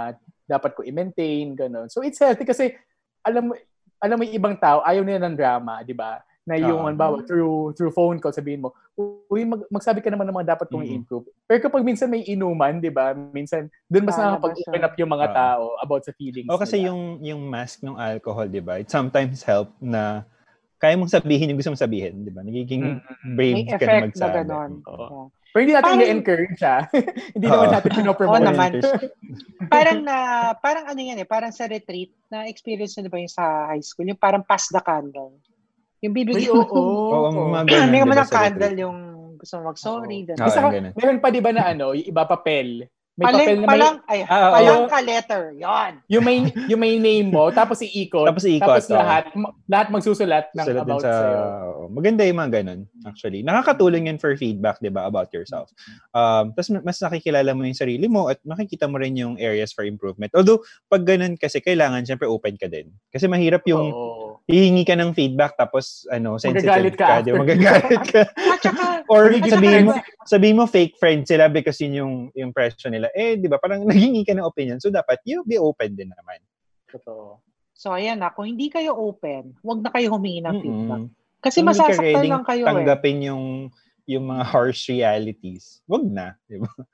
[SPEAKER 9] dapat ko i-maintain, ganun. So, it's healthy kasi, alam mo, alam mo yung ibang tao, ayaw nila ng drama, di ba? Na yung,
[SPEAKER 4] Ah.
[SPEAKER 9] alimbawa, through, through phone call, sabihin mo, uy, mag- magsabi ka naman ng mga dapat kong
[SPEAKER 4] Mhm.
[SPEAKER 9] i-improve. Pero kapag minsan may inuman, di ba? Minsan, doon mas
[SPEAKER 8] Lalabas
[SPEAKER 9] nakakapag-open
[SPEAKER 8] siya.
[SPEAKER 9] up yung mga
[SPEAKER 4] Oo.
[SPEAKER 9] tao about sa feelings
[SPEAKER 4] O kasi
[SPEAKER 9] nila.
[SPEAKER 4] yung yung mask ng alcohol, 'di ba? It sometimes help na kaya mong sabihin yung gusto mong sabihin, 'di ba? Nagiging brave
[SPEAKER 8] May
[SPEAKER 4] ka na
[SPEAKER 8] effect na
[SPEAKER 4] magsabi.
[SPEAKER 8] ganon.
[SPEAKER 4] Oo.
[SPEAKER 8] Yeah.
[SPEAKER 9] Pero hindi natin
[SPEAKER 8] Parang-
[SPEAKER 9] i-encourage siya. hindi
[SPEAKER 4] Oo.
[SPEAKER 9] naman natin pinopromote.
[SPEAKER 8] Oo naman.
[SPEAKER 4] Orientation.
[SPEAKER 8] parang na, parang ano yan eh, parang sa retreat, na experience na ba yung sa high school, yung parang pass the candle. Yung
[SPEAKER 9] Ay,
[SPEAKER 8] bibigyan
[SPEAKER 9] oo.
[SPEAKER 8] mo,
[SPEAKER 4] Oo, ang mga ganun, di
[SPEAKER 8] may
[SPEAKER 4] ba,
[SPEAKER 8] naman ng
[SPEAKER 4] sa retreat?
[SPEAKER 8] candle yung gusto mo mag-sorry.
[SPEAKER 4] Oo,
[SPEAKER 8] ganun.
[SPEAKER 9] Basta,
[SPEAKER 4] ang ganun.
[SPEAKER 9] meron pa di ba na ano, yung iba papel. May papel
[SPEAKER 8] Palang,
[SPEAKER 9] na may,
[SPEAKER 8] palang, ay,
[SPEAKER 4] Ah, oo.
[SPEAKER 8] palang ka letter. Yon.
[SPEAKER 9] yung may, yung may name mo, tapos iikot.
[SPEAKER 4] Tapos iikot,
[SPEAKER 9] Tapos
[SPEAKER 4] oo.
[SPEAKER 9] lahat, ma- lahat magsusulat ng
[SPEAKER 4] Sulat din
[SPEAKER 9] about
[SPEAKER 4] sa,
[SPEAKER 9] sa'yo.
[SPEAKER 4] oo. maganda yung mga ganun, actually. Nakakatulong yun for feedback, di ba, about yourself. Um, Tapos mas nakikilala mo yung sarili mo at makikita mo rin yung areas for improvement. Although, pag ganun kasi, kailangan syempre open ka din. Kasi mahirap yung
[SPEAKER 9] Oo.
[SPEAKER 4] hihingi ka ng feedback tapos ano, sensitive
[SPEAKER 9] Magagalit ka
[SPEAKER 4] ka, di ba?
[SPEAKER 9] after.
[SPEAKER 4] magagalit ka.
[SPEAKER 8] At saka,
[SPEAKER 4] Or
[SPEAKER 8] at saka,
[SPEAKER 4] sabihin mo,
[SPEAKER 8] diba,
[SPEAKER 4] sabihin mo fake friend sila because yun yung impression nila. Eh, di ba? Parang naghingi ka ng opinion. So, dapat you be open din naman.
[SPEAKER 9] Totoo.
[SPEAKER 8] So ayan na, kung hindi kayo open, wag na kayo humingi ng feedback.
[SPEAKER 4] Mm-mm.
[SPEAKER 8] Kasi
[SPEAKER 4] Kung hindi ka
[SPEAKER 8] masasaktan
[SPEAKER 4] ready
[SPEAKER 8] lang kayo eh.
[SPEAKER 4] tanggapin yung yung mga harsh realities. Wag na, di ba?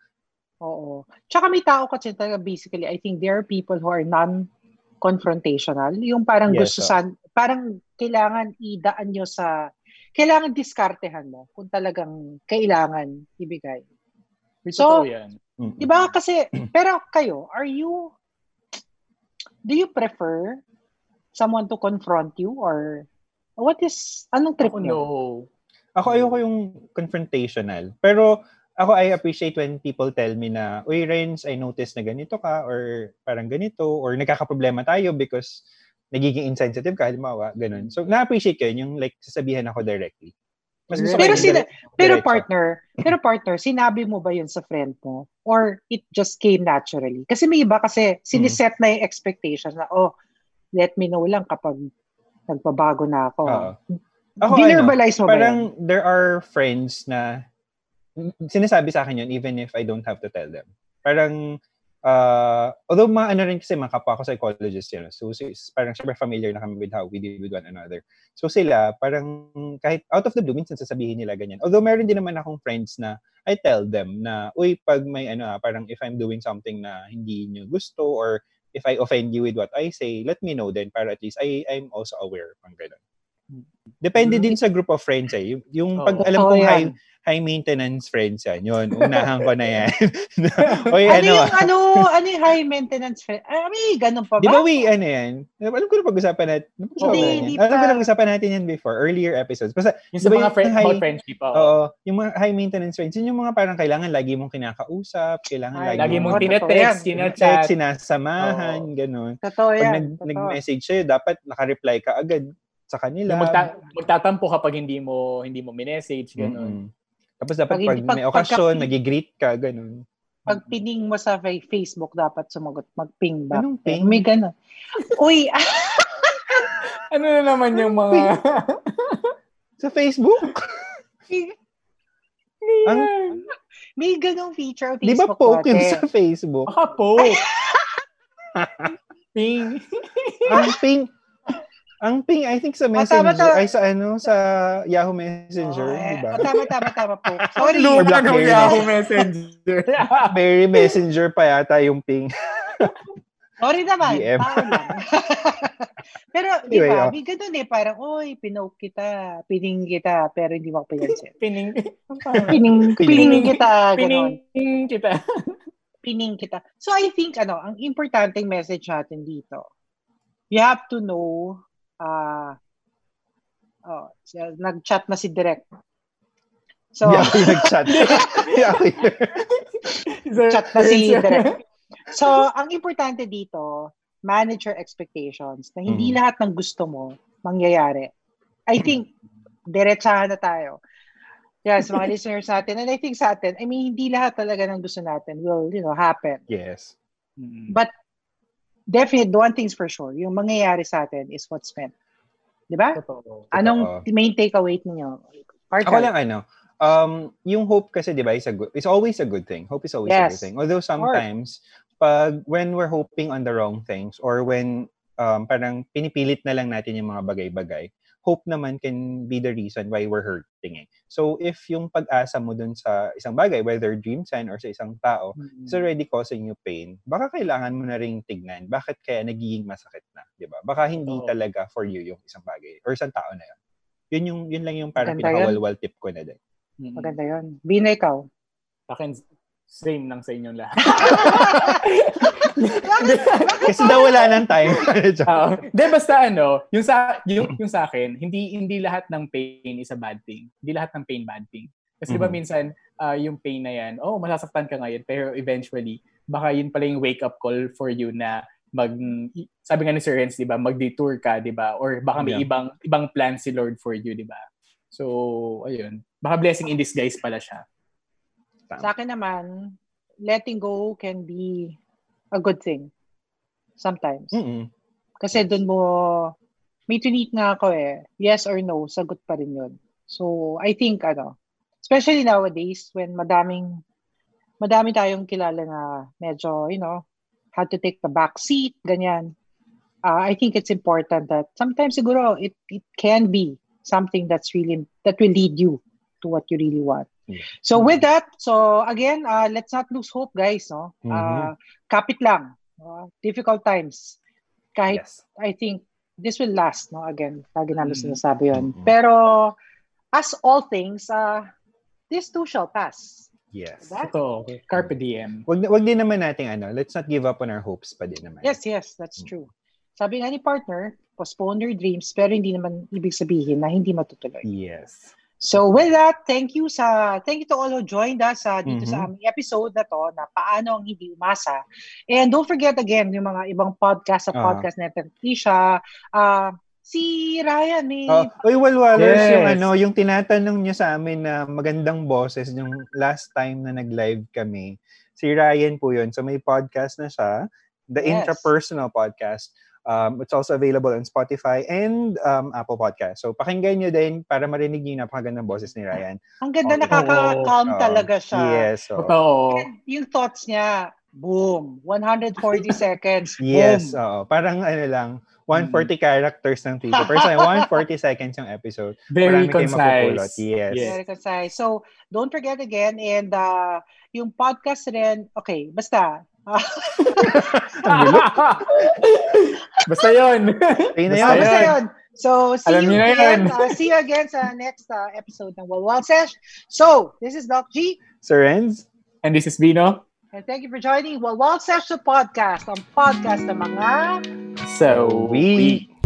[SPEAKER 8] Oo. Tsaka may tao kasi talaga basically, I think there are people who are non-confrontational. Yung parang
[SPEAKER 4] Yes,
[SPEAKER 8] gusto
[SPEAKER 4] oo.
[SPEAKER 8] sa, parang kailangan idaan nyo sa, kailangan diskartehan mo kung talagang kailangan ibigay.
[SPEAKER 9] Uy,
[SPEAKER 8] So,
[SPEAKER 9] totoo yan.
[SPEAKER 4] Mm-mm.
[SPEAKER 8] Di ba? Kasi, pero kayo, are you, do you prefer someone to confront you or what is, anong trip
[SPEAKER 9] Ako,
[SPEAKER 8] nyo?
[SPEAKER 9] no.
[SPEAKER 4] Ako
[SPEAKER 8] Hmm.
[SPEAKER 4] ayoko yung confrontational. Pero ako I appreciate when people tell me na, Uy, Renz, I noticed na ganito ka or parang ganito or nagkakaproblema tayo because nagiging insensitive ka, halimbawa, ganun. So, na-appreciate ko yun, yung like, sasabihan ako directly. Mas gusto ko
[SPEAKER 8] Pero
[SPEAKER 4] yung
[SPEAKER 8] sina-
[SPEAKER 4] direct-
[SPEAKER 8] Pero
[SPEAKER 4] diretso.
[SPEAKER 8] partner, pero partner, sinabi mo ba yun sa friend mo? Or it just came naturally? Kasi may iba kasi
[SPEAKER 4] Mm-hmm.
[SPEAKER 8] siniset na yung expectation na, oh, let me know lang kapag nagpabago na ako.
[SPEAKER 4] Oo. Ako, ano,
[SPEAKER 8] Dinerbalize mo
[SPEAKER 4] parang
[SPEAKER 8] Oh. ba yun?
[SPEAKER 4] there are friends na sinasabi sa akin yun even if I don't have to tell them. Parang, uh, although mga ano rin kasi mga kapwa ko psychologist yun. So, so is- parang syempre familiar na kami with how we deal with one another. So sila, parang kahit out of the blue, minsan sasabihin nila ganyan. Although meron din naman akong friends na I tell them na, uy, pag may ano ah, parang if I'm doing something na hindi nyo gusto or if I offend you with what I say, let me know then para at least I, I'm also aware. Pang ganun. Depende din sa group of friends eh. Yung, yung pag
[SPEAKER 9] Oo.
[SPEAKER 4] alam
[SPEAKER 8] Mm. Oo,
[SPEAKER 4] kong
[SPEAKER 8] yan.
[SPEAKER 4] high, high maintenance friends yan. Yun, unahan ko na yan. Oy,
[SPEAKER 8] ano,
[SPEAKER 4] ano,
[SPEAKER 8] yung,
[SPEAKER 4] ah.
[SPEAKER 8] ano, ano yung high maintenance friend? Ah, may ganun pa ba?
[SPEAKER 4] Di ba we, ano yan? Alam ko na pag-usapan natin. Napag-usapan
[SPEAKER 8] Hindi,
[SPEAKER 4] ba yan?
[SPEAKER 8] hindi
[SPEAKER 4] Alam ko
[SPEAKER 8] pa.
[SPEAKER 4] na pag-usapan natin yan before, earlier episodes. Basta,
[SPEAKER 9] Yung sa
[SPEAKER 4] Diba
[SPEAKER 9] mga
[SPEAKER 4] yung
[SPEAKER 9] friend, about
[SPEAKER 4] high- Oh.
[SPEAKER 9] friendship, oo.
[SPEAKER 4] oo, yung mga high maintenance friends, yun yung mga parang kailangan lagi mong kinakausap, kailangan
[SPEAKER 8] Ay,
[SPEAKER 9] Lagi mong
[SPEAKER 8] Oo, totoo
[SPEAKER 9] tinetext,
[SPEAKER 8] yan.
[SPEAKER 9] tinachat.
[SPEAKER 4] sinasamahan,
[SPEAKER 9] Oo.
[SPEAKER 4] ganun.
[SPEAKER 8] Totoo
[SPEAKER 4] Pag
[SPEAKER 8] yan.
[SPEAKER 4] nag,
[SPEAKER 8] totoo.
[SPEAKER 4] nag-message sa'yo, dapat nakareply ka agad sa kanila.
[SPEAKER 9] Yung magta-
[SPEAKER 8] Mm.
[SPEAKER 9] magtatampo kapag hindi mo hindi mo minessage
[SPEAKER 4] Mm-mm.
[SPEAKER 9] ganun.
[SPEAKER 4] Tapos dapat
[SPEAKER 8] Pag
[SPEAKER 4] pag,
[SPEAKER 8] hindi- pag-
[SPEAKER 4] may okasyon,
[SPEAKER 8] pagka-
[SPEAKER 4] nagigreet ka, ganun.
[SPEAKER 8] Pag pining mo sa fa- Facebook, dapat sumagot. Mag-ping back.
[SPEAKER 4] Anong ping?
[SPEAKER 8] May ganun. Uy,
[SPEAKER 9] Ano na naman yung mga
[SPEAKER 4] Sa Facebook? Ang,
[SPEAKER 8] may ganung feature ang
[SPEAKER 4] di ba
[SPEAKER 8] Facebook
[SPEAKER 4] poke yun
[SPEAKER 8] dati.
[SPEAKER 4] sa Facebook?
[SPEAKER 9] baka po. Ping.
[SPEAKER 4] ang ping, ang ping, I think sa
[SPEAKER 8] Ah, tama,
[SPEAKER 4] Messenger,
[SPEAKER 8] tama.
[SPEAKER 4] ay sa ano, sa Yahoo Messenger,
[SPEAKER 8] Oo, eh.
[SPEAKER 4] di ba?
[SPEAKER 8] Oh, tama, tama, tama po. Sorry.
[SPEAKER 4] Or
[SPEAKER 9] Luma ng
[SPEAKER 4] Blackberry.
[SPEAKER 9] Yahoo Messenger.
[SPEAKER 4] Blackberry Messenger pa yata yung ping.
[SPEAKER 8] Sorry naman.
[SPEAKER 4] DM.
[SPEAKER 8] Tao lang. pero, di
[SPEAKER 4] Anyway,
[SPEAKER 8] ba,
[SPEAKER 4] oh.
[SPEAKER 8] may ganun eh. Parang, oy, pinoke kita, pining kita, pero hindi mo ako pinansin.
[SPEAKER 9] Pining.
[SPEAKER 8] Pining, pining kita, ganun.
[SPEAKER 9] Pining kita.
[SPEAKER 8] Pining kita. So, I think, ano, ang importanteng message natin dito, you have to know uh, ah, Oh, siya- nag-chat na si Direk. So,
[SPEAKER 4] Hindi ako yung nag-chat. Hindi ako yung-
[SPEAKER 8] chat na si Direk. So, ang importante dito, manage your expectations na hindi
[SPEAKER 3] Mm.
[SPEAKER 8] lahat ng gusto mo mangyayari. I think, diretsahan na tayo. Yeah, sa mga listeners natin, and I think sa atin, I mean, hindi lahat talaga ng gusto natin will, you know, happen.
[SPEAKER 4] Yes.
[SPEAKER 8] But definite one thing's for sure, yung mangyayari sa atin is what's meant. 'Di ba?
[SPEAKER 9] Totoo.
[SPEAKER 8] Anong main takeaway niyo? Part
[SPEAKER 4] Ako lang ano, um, yung hope kasi, di ba, is, a good, is always a good thing. Hope is always a
[SPEAKER 8] Yes.
[SPEAKER 4] good thing. Although sometimes, pag when we're hoping on the wrong things or when um, parang pinipilit na lang natin yung mga bagay-bagay, hope naman can be the reason why we're hurting eh. So if yung pag-asa mo dun sa isang bagay, whether dream sign or sa isang tao, is
[SPEAKER 8] Hmm.
[SPEAKER 4] already causing you pain, baka kailangan mo na ring tignan bakit kaya nagiging masakit na, di ba? Baka hindi
[SPEAKER 9] Oo.
[SPEAKER 4] talaga for you yung isang bagay or isang tao na yun. Yun, yung, yun lang yung parang
[SPEAKER 8] Maganda yun.
[SPEAKER 4] pinakawalwal tip ko na din.
[SPEAKER 8] Maganda 'yon. Bina ikaw.
[SPEAKER 9] Akin, same lang sa inyong lahat.
[SPEAKER 4] Kasi daw wala ng time.
[SPEAKER 8] Ah.
[SPEAKER 9] Oo. Hindi, basta ano, yung sa, yung, yung sa akin, hindi, hindi lahat ng pain is a bad thing. Hindi lahat ng pain bad thing. Kasi di ba
[SPEAKER 4] Mhm.
[SPEAKER 9] minsan, ah, yung pain na yan, oh, masasaktan ka ngayon, pero eventually, baka yun pala yung wake-up call for you na mag, sabi nga ni Sir Renz, di ba, mag-detour ka, di ba? Or baka may
[SPEAKER 3] Yeah.
[SPEAKER 9] ibang, ibang plan si Lord for you, di ba? So, ayun. Baka blessing in disguise pala siya.
[SPEAKER 8] Sa akin naman, letting go can be a good thing sometimes.
[SPEAKER 4] Mm-mm.
[SPEAKER 8] Kasi doon mo may tweet nga ako eh. Yes or no, sagot pa rin 'yon. So, I think ano, especially nowadays when madaming madami tayong kilala na medyo, you know, had to take the back seat, ganyan. Uh, I think it's important that sometimes siguro it it can be something that's really that will lead you to what you really want.
[SPEAKER 4] Yeah.
[SPEAKER 8] So with that, so again, uh, let's not lose hope, guys, no? Uh,
[SPEAKER 4] Mhm.
[SPEAKER 8] kapit lang. no? difficult times. Kahit
[SPEAKER 4] Yes. Mm-hmm.
[SPEAKER 8] I think this will last, no? Again, lagi namin
[SPEAKER 9] Mm.
[SPEAKER 8] sinasabi yun.
[SPEAKER 4] Mm-mm.
[SPEAKER 8] Pero, as all things, uh, this too shall pass.
[SPEAKER 4] Yes.
[SPEAKER 8] Diba?
[SPEAKER 9] Ito, Carpe Diem.
[SPEAKER 4] Wag, wag din naman natin ano, let's not give up on our hopes pa din naman.
[SPEAKER 8] Yes, yes,
[SPEAKER 4] Mm.
[SPEAKER 8] that's true. Sabi nga ni partner, postpone your dreams, pero hindi naman ibig sabihin na hindi matutuloy.
[SPEAKER 4] Yes.
[SPEAKER 8] So with that, thank you sa thank you to all who joined us uh, dito
[SPEAKER 4] Mhm.
[SPEAKER 8] sa aming episode na to na paano ang hindi umasa. And don't forget again yung mga ibang podcast sa
[SPEAKER 4] Ah.
[SPEAKER 8] podcast natin. Tisha, uh, si Ryan may
[SPEAKER 4] Oh, uy, Walwalers,
[SPEAKER 9] Yes.
[SPEAKER 4] yung ano, yung tinatanong niyo sa amin na magandang boses yung last time na nag-live kami, si Ryan po yun. So may podcast na siya, The
[SPEAKER 8] Yes.
[SPEAKER 4] Intrapersonal Podcast. Um, it's also available on Spotify and um, Apple Podcast. So pakinggan niyo din para marinig niyo yung napakagandang boses ni Ryan.
[SPEAKER 8] Ang ganda,
[SPEAKER 4] Oo.
[SPEAKER 8] nakaka-calm
[SPEAKER 4] Oo.
[SPEAKER 8] talaga siya.
[SPEAKER 4] Oh, Yes. so-
[SPEAKER 9] Totoo.
[SPEAKER 8] And yung thoughts niya, boom, 140 seconds, boom.
[SPEAKER 4] Yes, oo. Parang ano lang, 140 characters ng TV. First time, 140 seconds yung episode.
[SPEAKER 9] Very
[SPEAKER 4] Marami kayong mapupulot.
[SPEAKER 9] concise.
[SPEAKER 4] Yes.
[SPEAKER 9] Yes.
[SPEAKER 8] Very concise. So, don't forget again, and uh, yung podcast rin, okay, basta,
[SPEAKER 9] Basta yun.
[SPEAKER 4] Ayun na yun.
[SPEAKER 9] Basta
[SPEAKER 8] Ah, basta
[SPEAKER 9] yun.
[SPEAKER 8] yun. So, see
[SPEAKER 9] Alam
[SPEAKER 8] you
[SPEAKER 9] niyo na
[SPEAKER 8] again.
[SPEAKER 9] yun.
[SPEAKER 8] uh, see you again sa next uh, episode ng Walwal Sesh. So, this is Doc G,
[SPEAKER 4] Sir Renz?
[SPEAKER 9] And this is Vino.
[SPEAKER 8] and thank you for joining Walwal Sesh the podcast, ang podcast ng mga...
[SPEAKER 9] So
[SPEAKER 4] We-